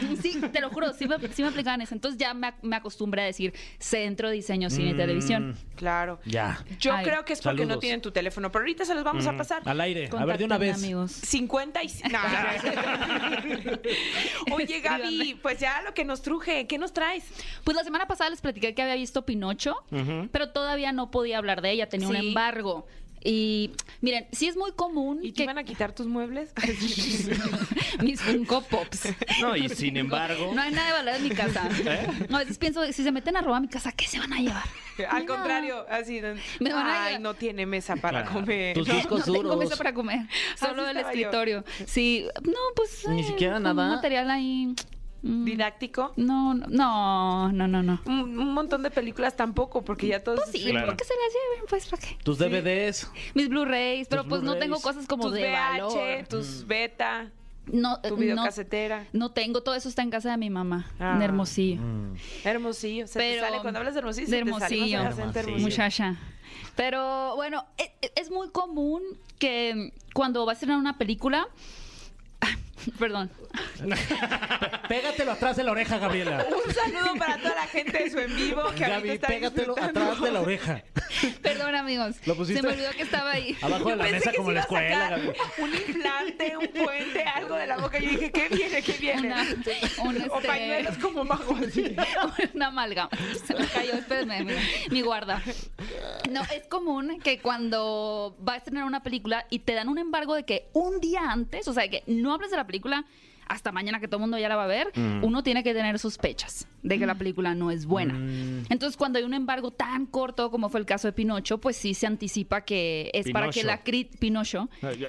S4: dónde?
S9: Sí, te lo juro, sí me, sí me aplicaban eso. Entonces ya me, ac- me acostumbré a decir Centro Diseño
S4: Mm.
S9: Cine y Televisión.
S2: Claro.
S4: Ya.
S2: Yo
S9: Ay,
S2: creo que es porque no
S4: saludos.
S2: tienen tu teléfono, pero ahorita se los vamos a pasar.
S4: Al aire. Eh, A ver, de una
S9: Contáctenme,
S4: vez.
S9: amigos.
S2: 50 y...
S9: [laughs]
S2: No. [laughs] Oye, Gaby,
S9: Escríbanme.
S2: pues ya lo que nos truje, ¿qué nos traes?
S9: Pues la semana pasada les platiqué que había visto Pinocho, pero todavía no podía hablar de ella, tenía un
S2: Sí.
S9: embargo. Y miren, sí es muy común
S2: ¿Y te
S9: que
S2: iban a quitar tus
S9: [laughs]
S2: muebles?
S9: mis Funko Pops.
S3: No,
S2: [laughs]
S3: y sin embargo.
S9: No hay nada de valor en mi casa.
S4: ¿Eh?
S9: No, a veces pienso, si se meten a robar mi casa, ¿qué se van a llevar?
S2: [laughs] Al
S9: Nada.
S2: contrario, así.
S9: Me van a
S2: Ay,
S9: llevar-
S2: no tiene mesa para
S3: Claro.
S2: comer.
S4: Tus
S9: No,
S4: discos
S9: no tengo
S4: duros.
S9: mesa para comer, solo
S2: Así
S9: el
S2: estaba yo.
S9: escritorio. Sí, no, pues.
S4: Ni
S9: eh,
S4: siquiera
S9: con
S4: nada.
S9: Un material ahí.
S2: [laughs]
S9: mm,
S2: Didáctico.
S9: No, no, no, no, no.
S2: Un, un montón de películas tampoco, porque ya todos.
S9: Pues sí,
S3: Claro.
S9: ¿por qué se las lleven? Pues, ¿para qué?
S4: Tus DVDs.
S9: Mis Blu-rays, pero pues no
S4: Blu-rays.
S9: tengo cosas como
S2: tus
S9: de valor.
S2: VH, tus beta,
S9: No, eh,
S2: tu
S9: no,
S2: videocasetera.
S9: no tengo, todo eso está en casa de mi mamá, en
S2: Ah.
S9: Hermosillo.
S2: Hermosillo. Se
S9: Pero-
S2: te sale cuando hablas de hermosillo.
S9: de
S2: se te sale más el
S9: Hermosillo.
S2: acento
S3: Hermosillo.
S2: hermosillo.
S9: Muchacha. Pero bueno, e- e- es muy común que cuando va a estrenar una película. [laughs] Perdón. [laughs]
S4: Pégatelo atrás de la oreja, Gabriela.
S2: Un saludo para toda la gente de su en vivo que ahorita
S4: Gaby,
S2: está
S4: pégatelo
S2: disfrutando.
S4: atrás de la oreja.
S9: Perdón, amigos.
S4: ¿Lo pusiste?
S9: Se me olvidó que estaba ahí.
S4: Abajo de la
S2: Pensé
S4: mesa
S2: que
S4: como
S2: se
S4: en la
S2: iba a
S4: escuela,
S2: sacar
S4: Gaby.
S2: Un implante, un puente, algo de la boca. Yo dije, ¿qué viene? ¿Qué viene?
S9: [laughs] Una, un,
S2: O
S9: este,
S2: pañuelos como mago
S9: [laughs]
S2: así.
S9: una amalgama. [laughs] Se me cayó, espérenme, mi, mi guarda. No, es común que cuando va a estrenar una película y te dan un embargo de que un día antes, o sea, que no hables de la película hasta mañana que todo el mundo ya la va a ver, uno tiene que tener sospechas de que la película no es buena. Entonces, cuando hay un embargo tan corto como fue el caso de Pinocho, pues sí se anticipa que es para que
S3: Pinocho.
S9: la crit Pinocho [laughs]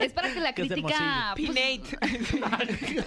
S9: es para que la
S4: Que es de
S9: crítica pues, [laughs]
S2: Pinate.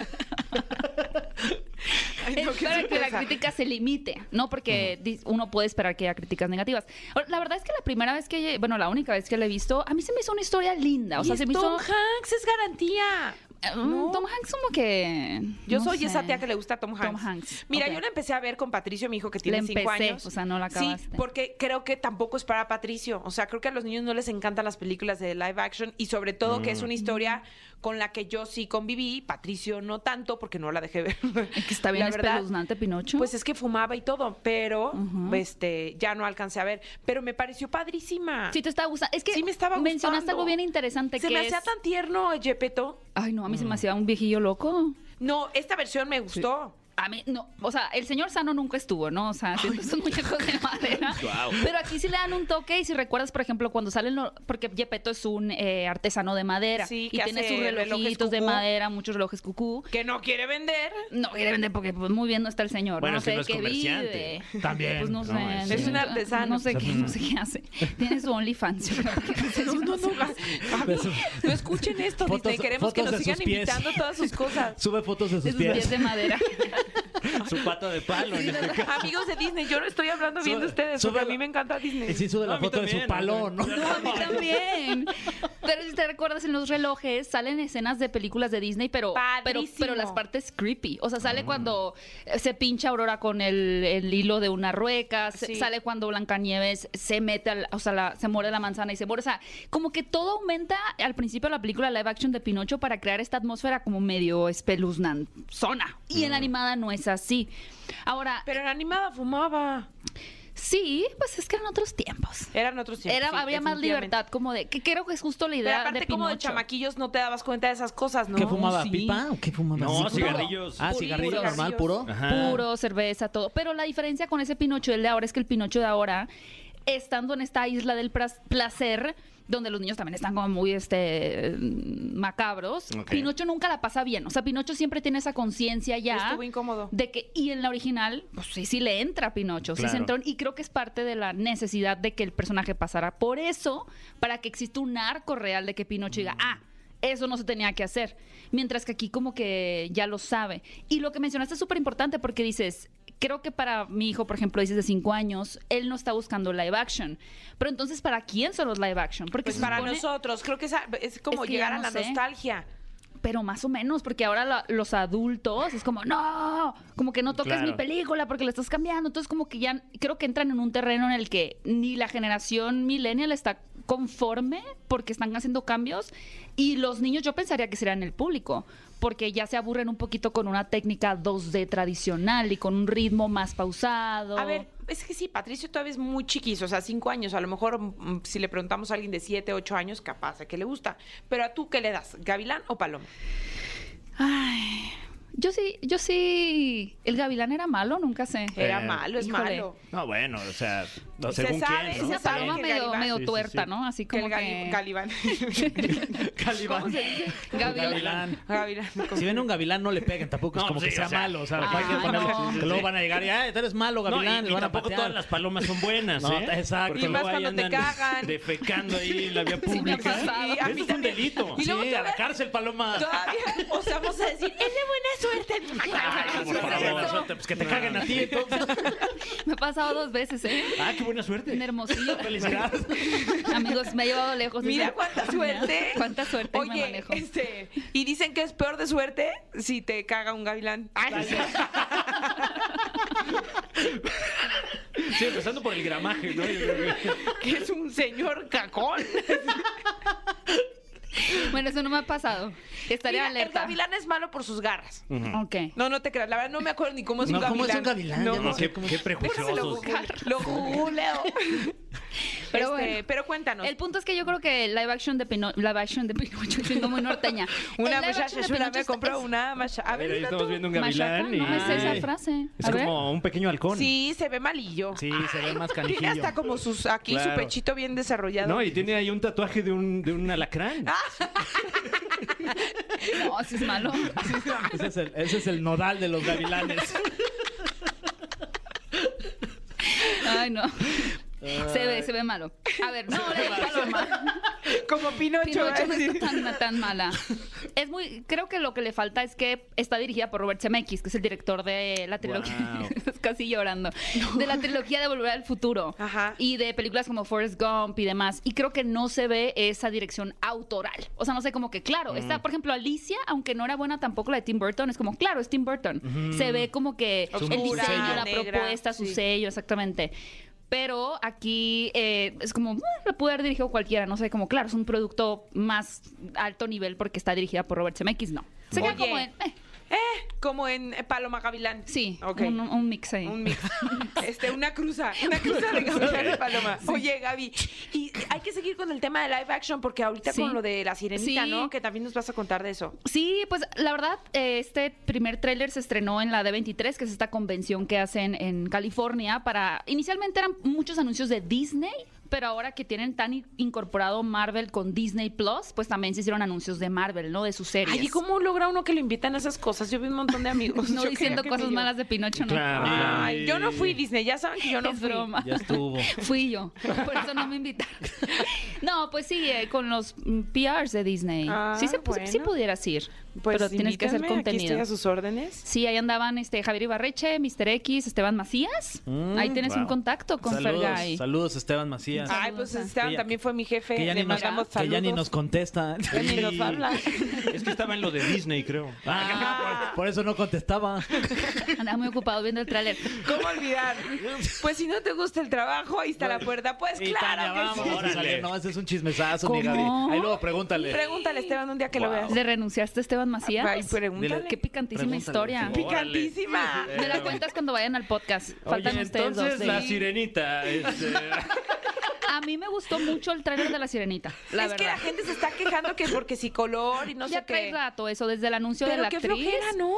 S2: [laughs] Ay, no,
S9: es
S2: qué
S9: para que la
S2: sorpresa.
S9: crítica se limite, ¿no? Porque dis- uno puede esperar que haya críticas negativas. Ahora, La verdad es que la primera vez que, bueno, la única vez que la he visto, a mí se me hizo una historia linda. O sea,
S2: Y
S9: se
S2: es
S9: me hizo.
S2: Tom Hanks es garantía.
S9: Eh,
S2: No.
S9: Tom Hanks, como que.
S2: Yo
S9: no
S2: soy
S9: sé.
S2: esa tía que le gusta a Tom Hanks.
S9: Tom Hanks,
S2: Mira,
S9: ok.
S2: yo la empecé a ver con Patricio, mi hijo que tiene
S9: La
S2: cinco
S9: empecé,
S2: años.
S9: o sea, no la
S2: Sí,
S9: acabaste.
S2: porque creo que tampoco es para Patricio. O sea, creo que a los niños no les encantan las películas de live action y sobre todo
S9: Mm.
S2: que es una historia con la que yo sí conviví, Patricio no tanto porque no la dejé ver.
S9: [laughs] Es que está bien
S2: La verdad,
S9: espeluznante, Pinocho.
S2: Pues es que fumaba y todo, pero
S9: Ujú.
S2: este ya no alcancé a ver. Pero me pareció padrísima.
S9: Sí, te estaba gustando. Es que
S2: Sí me estaba gustando.
S9: mencionaste algo bien interesante
S2: Se
S9: que
S2: me
S9: es...
S2: hacía tan Mm. tierno, Gepetto.
S9: Ay, no, a mí se me hacía un viejillo loco.
S2: No, esta versión me gustó.
S9: A mí, no, o sea, el señor sano nunca estuvo, ¿no? O sea, siempre son muñecos de
S2: [laughs]
S9: madera. Pero aquí sí le dan un toque y si recuerdas, por ejemplo, cuando salen, lo- porque Gepetto es un eh, artesano de madera
S2: Sí,
S9: y
S2: que
S9: tiene
S2: hace
S9: sus
S2: relojes
S9: relojitos de
S2: cucú.
S9: madera, muchos relojes cucú.
S2: Que no quiere vender.
S9: No, y deben de, porque pues, muy bien no está el señor.
S3: Bueno,
S9: no
S3: es que
S9: sé
S3: no es
S9: qué
S3: comerciante.
S9: vive.
S3: También,
S9: Pues no,
S3: no,
S9: sé.
S3: es-
S2: Es un
S9: no-
S2: artesano.
S9: No sé, qué,
S3: [laughs]
S9: no sé qué hace. Tiene su OnlyFans. yo creo [laughs] que no sé si uno se va-
S2: Gaby, no escuchen esto,
S4: Fotos-
S2: Disney. Queremos que
S4: fotos
S2: nos
S4: de
S2: sigan
S4: sus pies.
S2: invitando todas sus
S4: [laughs]
S2: cosas.
S4: Sube fotos de
S9: de
S4: sus
S9: sus pies
S4: pies.
S9: de madera.
S3: Su pata de palo. en este caso.
S2: Amigos de Disney, yo no estoy hablando bien de
S4: Sube-
S2: ustedes,
S4: sube
S2: porque a
S4: la-
S2: mí me encanta Disney.
S4: Y sí sube
S3: No,
S4: la
S3: a mí
S4: foto de su
S3: también,
S4: palo, ¿no?
S9: No, a mí también. Pero si te recuerdas en los relojes salen escenas de películas de Disney, pero pero,
S2: Padrísimo.
S9: pero las partes creepy. O sea, sale cuando eh, se pincha Aurora con el, el hilo de una rueca, se-
S2: Sí.
S9: sale cuando Blancanieves se mete, al- o sea, la- se muere la manzana y se muere. O sea, como que todo aumenta al principio de la película live action de Pinocho para crear esta atmósfera como medio espeluznanzona. Y en la animada no es así. Ahora,
S2: Pero en animada fumaba.
S9: sí, pues es que eran otros tiempos.
S2: Eran otros tiempos.
S9: Era,
S2: sí,
S9: había más
S2: definitivamente.
S9: libertad, como de que creo que es justo la
S2: Pero
S9: idea
S2: aparte,
S9: de
S2: como
S9: Pinocho.
S2: de chamaquillos no te dabas cuenta de esas cosas, ¿no?
S4: ¿Qué fumaba?
S2: Sí.
S4: ¿Pipa o qué fumaba?
S3: No,
S4: ¿Puro?
S3: cigarrillos.
S4: Ah,
S2: Puro,
S4: cigarrillo
S2: cigarrillos.
S4: normal,
S3: [laughs]
S4: puro.
S3: Ajá.
S9: Puro, cerveza, todo. Pero la diferencia con ese Pinocho del de ahora es que el Pinocho de ahora, estando en esta isla del pras- placer, donde los niños también están como muy este macabros.
S10: Ok.
S9: Pinocho nunca la pasa bien. O sea, Pinocho siempre tiene esa conciencia ya.
S2: Estuvo incómodo.
S9: De que, y en la original, pues sí, sí le entra a Pinocho, sí se
S3: Claro.
S9: entró, en- y creo que es parte de la necesidad de que el personaje pasara por eso, para que exista un arco real de que Pinocho diga, ah, eso no se tenía que hacer. Mientras que aquí como que ya lo sabe. Y lo que mencionaste es súper importante porque dices, creo que para mi hijo, por ejemplo, dices de 5 años, él no está buscando live action. Pero entonces, ¿para quién son los live action? Porque
S2: Pues
S9: se
S2: para
S9: supone-
S2: nosotros, creo que esa- es como
S9: Es que
S2: llegar
S9: ya
S2: a
S9: no
S2: la
S9: sé.
S2: nostalgia.
S9: Pero más o menos, porque ahora la- los adultos es como, no, como que no toques
S3: Claro.
S9: mi película porque la estás cambiando. Entonces, como que ya creo que entran en un terreno en el que ni la generación millennial está conforme porque están haciendo cambios. Y los niños, yo pensaría que serían el público, porque ya se aburren un poquito con una técnica 2D tradicional y con un ritmo más pausado.
S2: A ver, es que sí, Patricio todavía es muy chiquis, o sea, cinco años. A lo mejor mm, si le preguntamos a alguien de siete, ocho años, capaz de que le gusta. Pero a tú, ¿qué le das? ¿Gavilán o Paloma?
S9: Ay, yo sí, yo sí. El gavilán era malo, nunca sé.
S2: Era
S3: Eh,
S2: malo, es
S9: híjole.
S2: malo.
S3: No, bueno, o sea,
S2: Se
S3: según
S2: sabe,
S3: quién, ¿no?
S2: se
S9: Esa paloma
S2: Sí.
S9: medio, medio
S3: Sí, sí,
S9: tuerta,
S3: sí.
S9: ¿no? Así
S2: Que
S9: como
S2: el gali-
S9: que... [laughs]
S2: Galiván.
S9: ¿Cómo se [laughs] dice?
S4: Gavilán.
S2: [laughs] Gavilán.
S4: Si ven a un gavilán, no le peguen tampoco. Es
S3: No,
S4: como
S3: sí,
S4: que sea
S3: o sea,
S4: malo. O sea,
S9: ah,
S4: hay que ponerle-
S9: no.
S4: que luego van a llegar y, ah, tú eres malo,
S3: No, y-
S4: gavilán.
S3: y,
S4: le van a
S3: tampoco
S4: patear.
S3: todas las palomas son buenas,
S4: No,
S3: ¿eh?
S4: exacto.
S3: Porque
S2: Y más
S3: luego ahí
S2: cuando te
S3: andan
S2: cagan.
S3: Defecando ahí en la vía
S9: Sí, me ha
S3: pública.
S9: pasado.
S2: Y a mí
S3: Eso es un
S2: también.
S3: delito.
S2: Y luego
S3: Sí, a la
S2: todavía-
S3: cárcel, paloma.
S2: Todavía, o sea, vamos a decir, es de buena
S3: Ay, por
S2: suerte.
S3: favor,
S9: eso.
S3: suerte, pues que te caguen a ti, entonces.
S9: Me ha pasado dos veces, ¿eh?
S3: Ah, qué buena suerte.
S9: En
S4: [laughs]
S9: Hermosillo. [laughs]
S3: Felicidades.
S9: Amigos, me ha llevado lejos.
S2: Mira
S9: esa-
S2: cuánta suerte.
S9: Pues [laughs] Mira, Cuánta suerte
S2: Oye,
S9: me manejo.
S2: este, y dicen que es peor de suerte si te caga un gavilán. Ay,
S3: Sí, empezando por el gramaje, ¿no? Yo creo que-
S2: que es un señor cacón.
S9: Bueno, eso no me ha pasado. Estaré
S2: Mira, El
S9: alerta.
S2: gavilán es malo por sus garras.
S3: Mm.
S9: Ok.
S2: No, no te creas. La verdad no me acuerdo ni cómo es
S4: No,
S2: un gavilán.
S4: ¿cómo es un gavilán?
S2: No,
S4: Ya
S3: No,
S4: no
S3: qué,
S4: sé cómo-
S3: qué
S2: Ahora se lo
S3: prejuiciosos.
S2: google- Lo googleo.
S9: Pero
S2: Este,
S9: bueno.
S2: pero cuéntanos.
S9: El punto es que yo creo que el live action de Pinocho, live action de Pinocho, siendo muy norteña.
S2: [laughs] una
S9: El live action
S2: muchacha
S9: de
S2: chula
S9: Pinocho
S2: me
S9: está-
S2: compró
S9: es-
S2: una macha- A ver,
S3: Ahí
S2: dila
S3: estamos
S2: tú.
S3: viendo un gavilán
S9: Machaca,
S3: y...
S9: no me sé esa frase.
S3: Es
S9: A ver.
S3: como un pequeño halcón.
S2: Sí, se ve malillo.
S4: Sí, se ve más
S2: Tiene
S4: canijillo.
S2: hasta como sus aquí su
S3: Claro.
S2: pechito bien desarrollado.
S3: No, y tiene ahí un tatuaje de un, de un alacrán.
S9: No, si
S2: [laughs]
S9: es malo.
S4: Ese es, el, ese es el nodal de los gavilanes.
S9: Ay, no. Se ve, se ve malo. A ver, no, le paloma.
S2: [laughs] Como Pinocho.
S9: Pinocho no
S2: ¿eh?
S9: es tan, tan mala. Es muy, creo que lo que le falta es que está dirigida por Robert Zemeckis, que es el director de la trilogía.
S3: Wow.
S9: [laughs] Estás casi llorando. De la trilogía de Volver al Futuro.
S2: Ajá.
S9: Y de películas como Forrest Gump y demás. Y creo que no se ve esa dirección autoral. O sea, no sé, como que claro,
S2: Mm.
S9: está, por ejemplo, Alicia, aunque no era buena tampoco la de Tim Burton, es como, claro, es Tim Burton. Se ve como que
S2: Su-
S9: el
S2: su
S9: diseño,
S2: sello.
S9: la
S2: Negra,
S9: propuesta, su
S2: sí.
S9: sello, exactamente. Pero aquí eh, es como, "Bueno, lo pudo haber dirigido cualquiera, no sé, como, claro, es un producto más alto nivel porque está dirigida por Robert Zemeckis, no. Se queda
S2: Oye.
S9: como en, eh,
S2: Eh, [laughs] como en eh, Paloma Gavilán.
S9: sí,
S2: Ok.
S9: un, un mix ahí.
S2: Un
S9: [laughs]
S2: mix. Este, una [laughs] cruza. Una cruza de Gavilán y Paloma. Oye, Gaby. Y hay que seguir con el tema de live action porque ahorita
S9: Sí.
S2: con lo de la sirenita,
S9: Sí.
S2: ¿no? Que también nos vas a contar de eso.
S9: Sí, pues la verdad, eh, este primer tráiler se estrenó en la D23, que es esta convención que hacen en California para... Inicialmente eran muchos anuncios de Disney, pero ahora que tienen tan in- incorporado Marvel con Disney Plus, pues también se hicieron anuncios de Marvel, ¿no? De sus series.
S2: Ay, ¿y cómo logra uno que lo invitan a esas cosas? Yo vi un montón de amigos.
S9: [laughs]
S2: [laughs]
S9: No
S2: Yo
S9: diciendo
S2: quería que
S9: cosas
S2: me
S9: malas de Pinocho, ¿no?
S3: Claro.
S2: llevaran. Ay, yo no fui Disney, ya saben que yo no
S9: es
S2: fui.
S9: broma.
S4: Ya estuvo.
S9: [laughs] Fui yo, por eso no me invitaron. [laughs] No, pues sí, eh, con los mm, PRs de Disney.
S2: Ah,
S9: sí, se, pu- sí
S2: bueno.
S9: pudieras ir, pero tienes que hacer
S2: Pues invítenme, Aquí
S9: contenido.
S2: estoy a sus órdenes.
S9: Sí, ahí andaban este Javier Ibarreche, Mr. X, Esteban Macías. ahí tienes un
S4: Mm, wow.
S9: contacto con Fergay.
S4: Saludos,
S9: [laughs]
S4: saludos Esteban Macías.
S2: Ay, pues Esteban
S4: Que ya-
S2: también fue mi jefe.
S4: que, ya
S2: Le
S4: ni nos,
S2: mandamos
S4: que ya ni nos
S2: saludos.
S4: contesta.
S2: Ya ni nos
S3: Sí.
S4: [laughs]
S2: habla.
S3: Es que estaba en lo de [laughs] Disney, creo.
S4: Ah, por eso no contestaba.
S9: Andaba muy ocupado viendo el tráiler.
S2: ¿Cómo olvidar? Pues si no te gusta el trabajo, ahí está la puerta. Pues
S4: Y Tania,
S2: claro que
S4: vamos,
S2: sí.
S4: vamos a salir. No, ese es un chismesazo, mi
S9: ¿Cómo?
S4: Gaby. Ahí luego pregúntale.
S2: Pregúntale, Esteban, un día que lo veas.
S9: ¿Le renunciaste a Esteban Macías?
S2: Ay, pregúntale.
S9: Qué picantísima
S4: Pregúntale,
S9: historia.
S4: sí.
S2: picantísima.
S9: Me la cuentas cuando vayan al podcast. Faltan
S3: Oye,
S9: ustedes dos.
S3: entonces la
S9: sí.
S3: sirenita. este,
S9: A mí me gustó mucho el tráiler de La Sirenita, la
S2: es que la
S9: verdad.
S2: gente se está quejando que porque si color y no
S9: ya
S2: sé qué.
S9: trae rato eso, desde el anuncio de
S2: Pero
S9: la
S2: qué
S9: actriz.
S2: flojera, ¿no?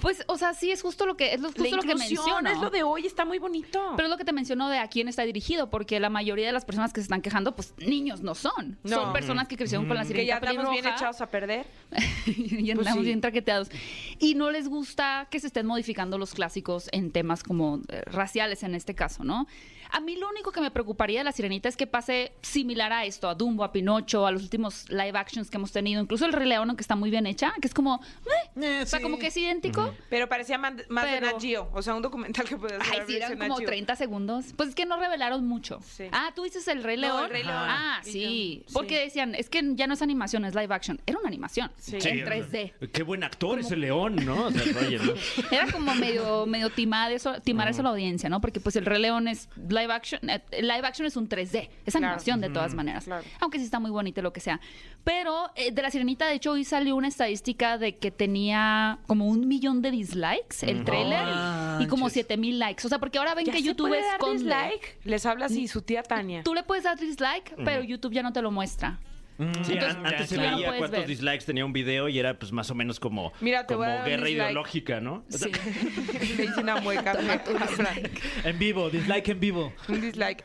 S9: Pues, o sea, sí, es justo lo que, es lo, justo
S2: La
S9: lo que
S2: inclusión,
S9: menciono.
S2: es lo de hoy, está muy bonito.
S9: Pero es lo que te menciono de a quién está dirigido, porque la mayoría de las personas que se están quejando, pues niños no son.
S2: No. Mm.
S9: Son personas que crecieron con la
S2: que ya
S9: sirenita
S2: estamos bien
S9: pelirroja.
S2: echados a perder.
S9: [laughs] y andamos
S2: sí.
S9: bien traqueteados. Y no les gusta que se estén modificando los clásicos en temas como eh, raciales en este caso, ¿no? A mí lo único que me preocuparía de La Sirenita es que pase similar a esto, a Dumbo, a Pinocho, a los últimos live actions que hemos tenido, incluso el Rey León, aunque está muy bien hecha, que es como, eh, o sea, como que es idéntico.
S2: Pero parecía man- más de
S9: Pero-
S2: Nat Geo, o sea, un documental que podías
S9: Ay,
S2: haber
S9: sí, eran
S2: visto de Nat
S9: como
S2: Geo.
S9: 30 segundos. Pues es que no revelaron mucho.
S2: Sí.
S9: Ah, tú dices el Rey
S2: No,
S9: León.
S2: El Rey León.
S9: Ah,
S2: Y
S9: sí.
S2: ya.
S9: Porque
S2: Sí.
S9: decían, es que ya no es animación, es live action. Era una animación.
S2: Sí.
S3: Sí,
S9: En 3D.
S3: Qué buen actor ese león, ¿no? O sea, oye, ¿no?
S9: Era como medio, medio timar eso, timar eso a la audiencia, ¿no? Porque pues el Rey León es live action, eh, live action es un 3D, es
S2: Claro.
S9: animación de todas maneras.
S2: claro.
S9: Aunque sí está muy bonito lo que sea. Pero eh, de la sirenita, de hecho, hoy salió una estadística de que tenía como un millón de dislikes el trailer y como
S7: manches.
S9: 7 mil likes. O sea, porque ahora ven
S2: ¿Ya
S9: que
S2: se
S9: YouTube
S2: puede dar
S9: esconde.
S2: dislike? Les habla así su tía Tania.
S9: Mm. Tú le puedes dar dislike, pero YouTube ya no te lo muestra.
S3: Sí,
S9: Entonces,
S3: an- antes se
S9: ya no
S3: veía
S9: puedes
S3: cuántos
S9: ver.
S3: dislikes tenía un video y era pues más o menos como,
S2: Mira, te voy a
S3: como
S2: dar un
S3: guerra
S2: dislike.
S3: ideológica, ¿no? [laughs]
S2: [laughs]
S9: Sí.
S2: Le hice una mueca a Fran.
S4: En vivo, dislike en vivo.
S2: Un dislike.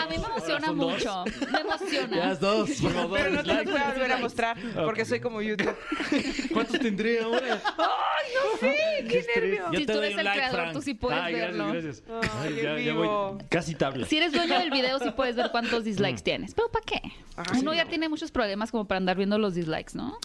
S9: A mí me emociona mucho.
S4: [laughs]
S9: Me emociona.
S4: Ya es Ah. [laughs] dos. por favor,
S2: Pero no te lo
S4: dislike.
S2: voy a volver a mostrar porque soy como YouTube.
S3: ¿Cuántos tendría ahora?
S2: ¡Ay, no sé! ¡Qué, nervio!
S9: Yo
S4: Yo
S9: Si
S4: te
S9: tú
S4: doy
S9: eres
S4: un
S9: el
S4: like,
S9: creador,
S4: Fran.
S9: tú sí puedes
S3: Ay,
S9: verlo.
S3: gracias, gracias.
S2: Ay, en
S3: voy
S2: vivo.
S3: casi tabla.
S9: Si eres dueño del video, sí puedes ver cuántos
S2: Mm.
S9: dislikes tienes. Pero ¿para qué?
S2: Ah,
S9: Uno ya tiene muchos problemas como para andar viendo los dislikes, ¿no?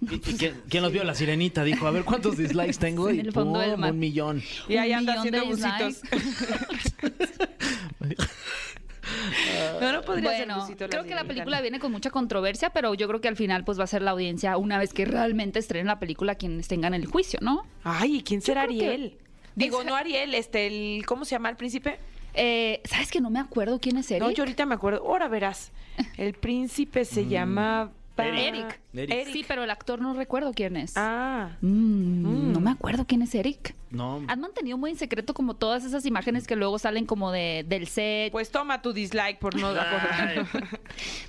S4: ¿Y- y quién, quién los vio? La sirenita dijo, a ver cuántos dislikes tengo
S9: En
S4: y
S9: el fondo del
S4: pum,
S9: mar.
S4: un millón.
S2: Y ahí
S9: Un
S2: anda
S9: millón de
S2: haciendo busitos. [laughs] no, no podría ser
S9: Bueno,
S2: busito.
S9: creo que la
S2: sirenita.
S9: película viene con mucha controversia, pero yo creo que al final pues va a ser la audiencia una vez que realmente estrenen la película quienes tengan el juicio, ¿no?
S2: Ay, ¿y quién será
S9: creo que-
S2: Ariel? Digo,
S9: Es-
S2: no Ariel, este, el, ¿cómo se llama el príncipe?
S9: Eh, ¿Sabes que no me acuerdo quién es Eric?
S2: No, yo ahorita me acuerdo. Ahora verás. El príncipe se llamaba...
S9: Eric.
S4: Eric.
S9: Sí, pero el actor no recuerdo quién es.
S2: Ah.
S9: Mm, No me acuerdo quién es Eric.
S4: No.
S9: Han mantenido muy en secreto como todas esas imágenes que luego salen como de, del set. [laughs]
S2: Pues toma tu dislike por no acordar.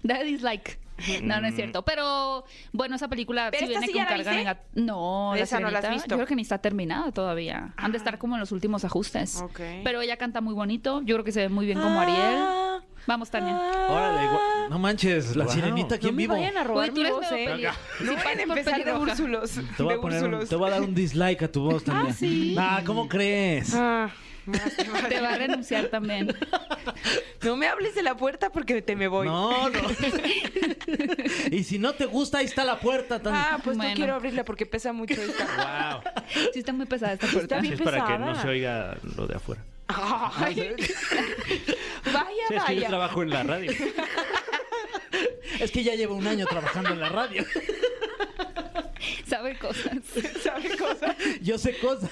S9: Da dislike. No, no es cierto. Pero bueno, esa película
S2: ¿Pero
S9: sí
S2: esta
S9: viene
S2: sí
S9: con
S2: ya la
S9: carga
S2: viste?
S9: negativa. No,
S2: Esa no la has
S9: Sirenita,
S2: visto. Ah.
S9: Yo creo que ni está terminada todavía. Han de estar como en los últimos ajustes.
S2: Ok.
S9: Pero ella canta muy bonito. Yo creo que se ve muy bien como Ariel.
S2: Ah,
S9: Vamos, Tania.
S2: ah.
S4: Órale, gua- no manches, la
S3: Wow.
S4: sirenita aquí
S2: No
S4: en
S2: me
S4: vivo.
S2: vayan a robar
S9: Oye, tú
S2: mi
S9: eres
S2: voz,
S9: medio
S2: ¿eh?
S9: peli-
S2: No
S9: Sí,
S2: vayan a
S9: por
S2: empezar de
S9: pelirroja.
S2: Úrsulos.
S4: Te voy,
S2: de
S4: a poner un-
S2: Úrsulos.
S4: te voy a dar un dislike a tu voz también. Ah,
S9: sí.
S4: ¿cómo crees?
S2: Ah, más te vale.
S9: Te va a renunciar también.
S2: [laughs] No me hables de la puerta porque te me voy.
S4: No, no. y si no te gusta, ahí está la puerta. Tania.
S2: Ah, pues
S9: Bueno.
S2: no quiero abrirla porque pesa mucho esta.
S3: Wow.
S9: Sí, está muy pesada esta
S2: Está
S9: puerta.
S2: bien
S3: Sí, es para que
S2: pesada.
S3: no se oiga lo de afuera.
S2: Ay. Vaya,
S3: Sí, es que yo
S2: vaya.
S3: trabajo en la radio.
S4: Es que ya llevo un año trabajando en la radio.
S9: Sabe cosas.
S2: [laughs] ¿Sabe cosas?
S4: Yo sé cosas.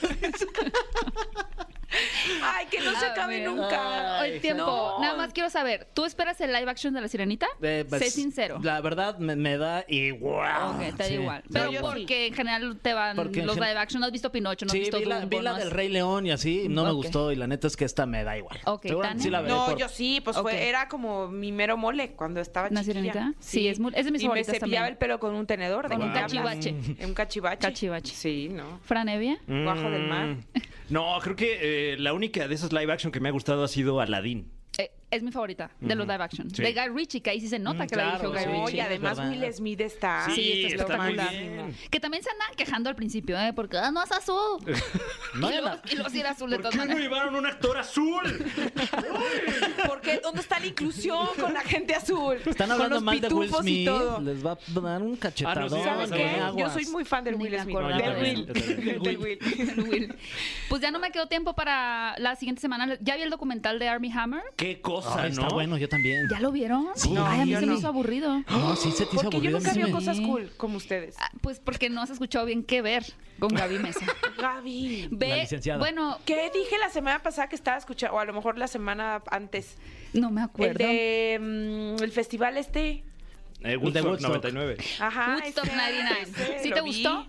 S2: Ay, que no se
S9: A
S2: acabe
S9: ver.
S2: nunca.
S9: El tiempo.
S2: No.
S9: Nada más quiero saber, ¿tú esperas el live action de la sirenita?
S4: Eh, pues,
S9: sé sincero.
S4: La verdad me, me da igual.
S9: Ok, te da
S4: Ah, Sí.
S9: igual.
S4: Da
S9: Pero
S4: igual.
S9: porque en general te van
S4: Porque en
S9: los
S4: gen-
S9: live action. No has visto Pinocho, no has
S4: Sí,
S9: visto
S4: vi la,
S9: Dumbo,
S4: vi la
S9: no
S4: del
S9: has-
S4: Rey León y así, no me
S9: Ok.
S4: gustó. Y la neta es que esta me da igual.
S9: Ok,
S4: Seguramente
S9: Tania.
S4: sí la veré
S2: No,
S4: Eh, por-
S2: yo sí, pues
S9: Ok.
S2: fue, era como mi mero mole cuando estaba
S9: ¿Una
S2: chiquilla.
S9: sirenita? Sí, es muy- es de mis
S2: Y me
S9: favoritas
S2: cepillaba
S9: también.
S2: el pelo con un tenedor. ¿de
S9: Con
S2: qué
S9: un
S2: me hablas?
S9: cachivache.
S2: Un cachivache.
S9: Cachivache.
S2: Sí, no.
S9: ¿Fran Evia?
S2: Bajo del mar.
S3: Mm. No, creo que eh, la única de esas live action que me ha gustado ha sido Aladdin.
S9: Eh, es mi favorita de los live action.
S3: Sí.
S9: De Guy Ritchie, que ahí sí se nota
S4: Mm,
S9: que la
S4: claro,
S9: dirigió Guy
S4: sí.
S2: No,
S9: Ritchie.
S2: y además
S4: verdad.
S2: Will Smith está.
S9: Sí, está
S2: está muy
S9: espectacular.
S2: bien.
S9: Que también se andan quejando al principio, ¿eh? Porque "Ah, no es azul.
S4: [laughs] No,
S9: y,
S4: ya
S9: luego,
S4: la-
S9: y luego sí era azul de
S3: ¿Por
S9: todas
S3: qué no
S9: maneras.
S3: llevaron un actor azul?
S2: ¿Por qué? ¿Dónde está la inclusión con la gente azul?
S4: Están
S2: Con
S4: hablando
S2: los
S4: mal de Will
S2: pitufos y
S4: Smith.
S2: todo.
S4: Les va a dar un cachetadón.
S3: sí,
S2: ¿Sabes
S3: No,
S2: qué?
S3: no,
S2: Yo
S4: aguas.
S2: soy muy fan del
S9: Ni
S2: Will
S9: me
S2: Smith.
S9: acordaba.
S2: Del
S9: No, yo
S2: Will.
S3: también,
S2: Del Will.
S9: El Will. Pues ya no me quedó tiempo para la siguiente semana. ¿Ya vi el documental de Army Hammer?
S3: Qué cosa,
S4: Ay,
S3: ¿no?
S4: Está bueno, yo también.
S9: ¿Ya lo vieron?
S4: Sí.
S9: Ay, a mí
S2: No, yo
S9: se
S2: no.
S9: me hizo aburrido.
S4: No, Ah, sí se te hizo
S2: Porque yo
S4: aburrido, a mí
S2: nunca
S4: sí
S2: veo
S4: me-
S2: cosas cool como ustedes.
S9: Ah, Pues porque no has escuchado bien qué ver con Gaby
S4: [laughs]
S9: Mesa.
S2: Gaby.
S9: Ve,
S4: La licenciada.
S9: Bueno,
S2: ¿Qué dije la semana pasada que estaba escuchando? O a lo mejor la semana antes.
S9: no me
S2: El
S9: acuerdo.
S2: de mm, el festival este.
S3: Eh,
S4: El de
S3: Woodstock
S4: Woodstock.
S3: 99.
S2: Ajá.
S9: Woodstock
S2: este,
S9: 99.
S2: ese,
S9: ¿Sí
S2: lo
S9: te
S2: vi.
S9: gustó?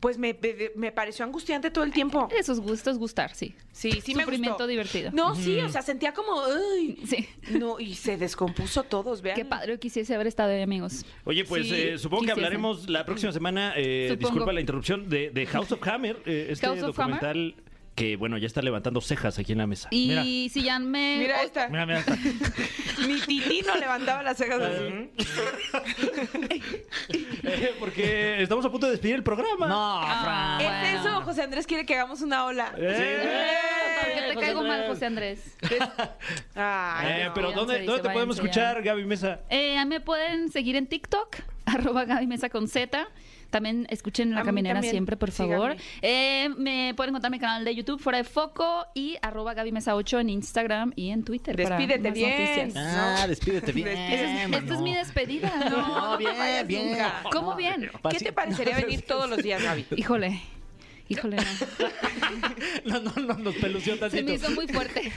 S2: pues me, me- me pareció angustiante todo el tiempo.
S9: De sus gustos, gustar, sí.
S2: Sí, sí me
S9: Sufrimiento
S2: gustó.
S9: divertido.
S2: No, sí, o sea, sentía como, "Ay".
S9: Sí.
S2: No, y se descompuso todos, vean.
S9: Qué padre yo quisiese haber estado ahí, amigos.
S3: Oye, pues
S2: Sí,
S3: eh, supongo que
S9: quisiese.
S3: hablaremos la próxima semana, eh,
S9: Supongo.
S3: disculpa la interrupción, de, de House of Hammer, eh, este
S9: House of Hammer.
S3: documental que, bueno, ya está levantando cejas aquí en la mesa.
S9: Y
S3: Mira.
S9: si ya me. Oh,
S2: Mira esta.
S3: Mira, mira, está.
S2: Mi titino levantaba las cejas así.
S3: [laughs] Eh, porque estamos a punto de despedir el programa.
S4: No,
S9: Ah,
S4: Fran.
S2: ¿Es
S9: bueno.
S2: eso, José Andrés quiere que hagamos una ola?
S3: Eh,
S9: ¿Por qué
S2: ¡Eh!
S9: te caigo mal, José Andrés?
S2: Ay,
S3: Eh,
S2: no.
S3: pero
S9: Váyanse,
S3: ¿dónde,
S9: dice,
S3: ¿dónde te podemos
S9: váyanse
S3: escuchar, Gaby
S9: [laughs]
S3: Mesa?
S9: Eh, a mí me pueden seguir en TikTok, [laughs] arroba Gaby Mesa con Z. También escuchen
S2: A
S9: La
S2: mí
S9: Caminera
S2: también,
S9: siempre, por
S2: síganme.
S9: favor. Eh, me pueden encontrar en mi canal de YouTube, Fuera de Foco, y arroba Gaby Mesa 8 en Instagram y en Twitter. para
S2: Despídete
S9: más
S2: bien.
S9: noticias.
S4: Ah,
S7: [laughs]
S4: despídete bien.
S2: Despídete.
S9: Esa es- esta es mi despedida. [laughs]
S4: No, bien,
S2: vayas
S4: bien.
S2: nunca.
S9: ¿Cómo bien?
S2: ¿Qué te parecería
S3: [laughs]
S2: venir todos los días, Gaby?
S9: Híjole. Híjole,
S4: No,
S9: no.
S4: no, no, nos pelució
S9: Se me
S4: tantito.
S9: hizo muy fuerte.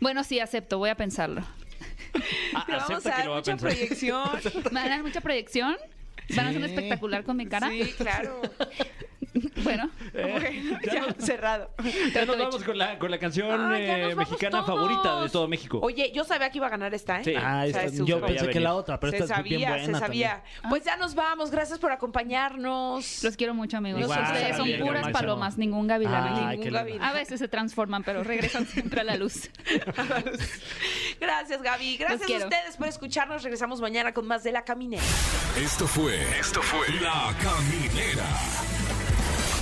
S9: Bueno, sí, acepto, voy a pensarlo.
S2: Te vamos a
S3: Ah, acepta que
S2: dar
S3: lo va a
S2: mucha
S3: pensar.
S2: proyección.
S9: ¿Me van a dar mucha proyección? ¿Van a hacer un
S4: Sí.
S9: espectacular con mi cara?
S2: Sí, claro.
S9: [laughs] Bueno,
S2: [laughs] Bueno, ya, cerrado.
S3: Ya nos
S9: Trato
S3: vamos con la, con la canción
S2: Ah, ya
S3: eh,
S2: nos vamos
S3: mexicana
S2: todos.
S3: favorita de todo México.
S2: Oye, yo sabía que iba a ganar esta, ¿eh?
S3: Sí.
S4: Ah,
S2: O sea,
S4: esta-
S2: es un
S4: yo
S2: super-
S4: pensé que la otra, pero
S2: se
S4: esta es
S2: sabía,
S4: bien buena.
S2: se sabía. Pues ya nos vamos. Gracias por acompañarnos.
S9: Los quiero mucho, amigos.
S4: Igual,
S9: Ustedes son
S4: Gabriel,
S9: puras
S4: Gabriel.
S9: palomas, ningún gavilán aquí.
S4: Ay,
S2: Ningún
S4: qué
S2: Gaby.
S4: lindo.
S9: A veces se transforman, pero regresan siempre a
S4: [laughs]
S9: la luz.
S2: Gracias, Gaby. Gracias a
S9: quiero.
S2: ustedes por escucharnos. Regresamos mañana con más de La Caminera.
S1: Esto fue. Esto fue. La Caminera.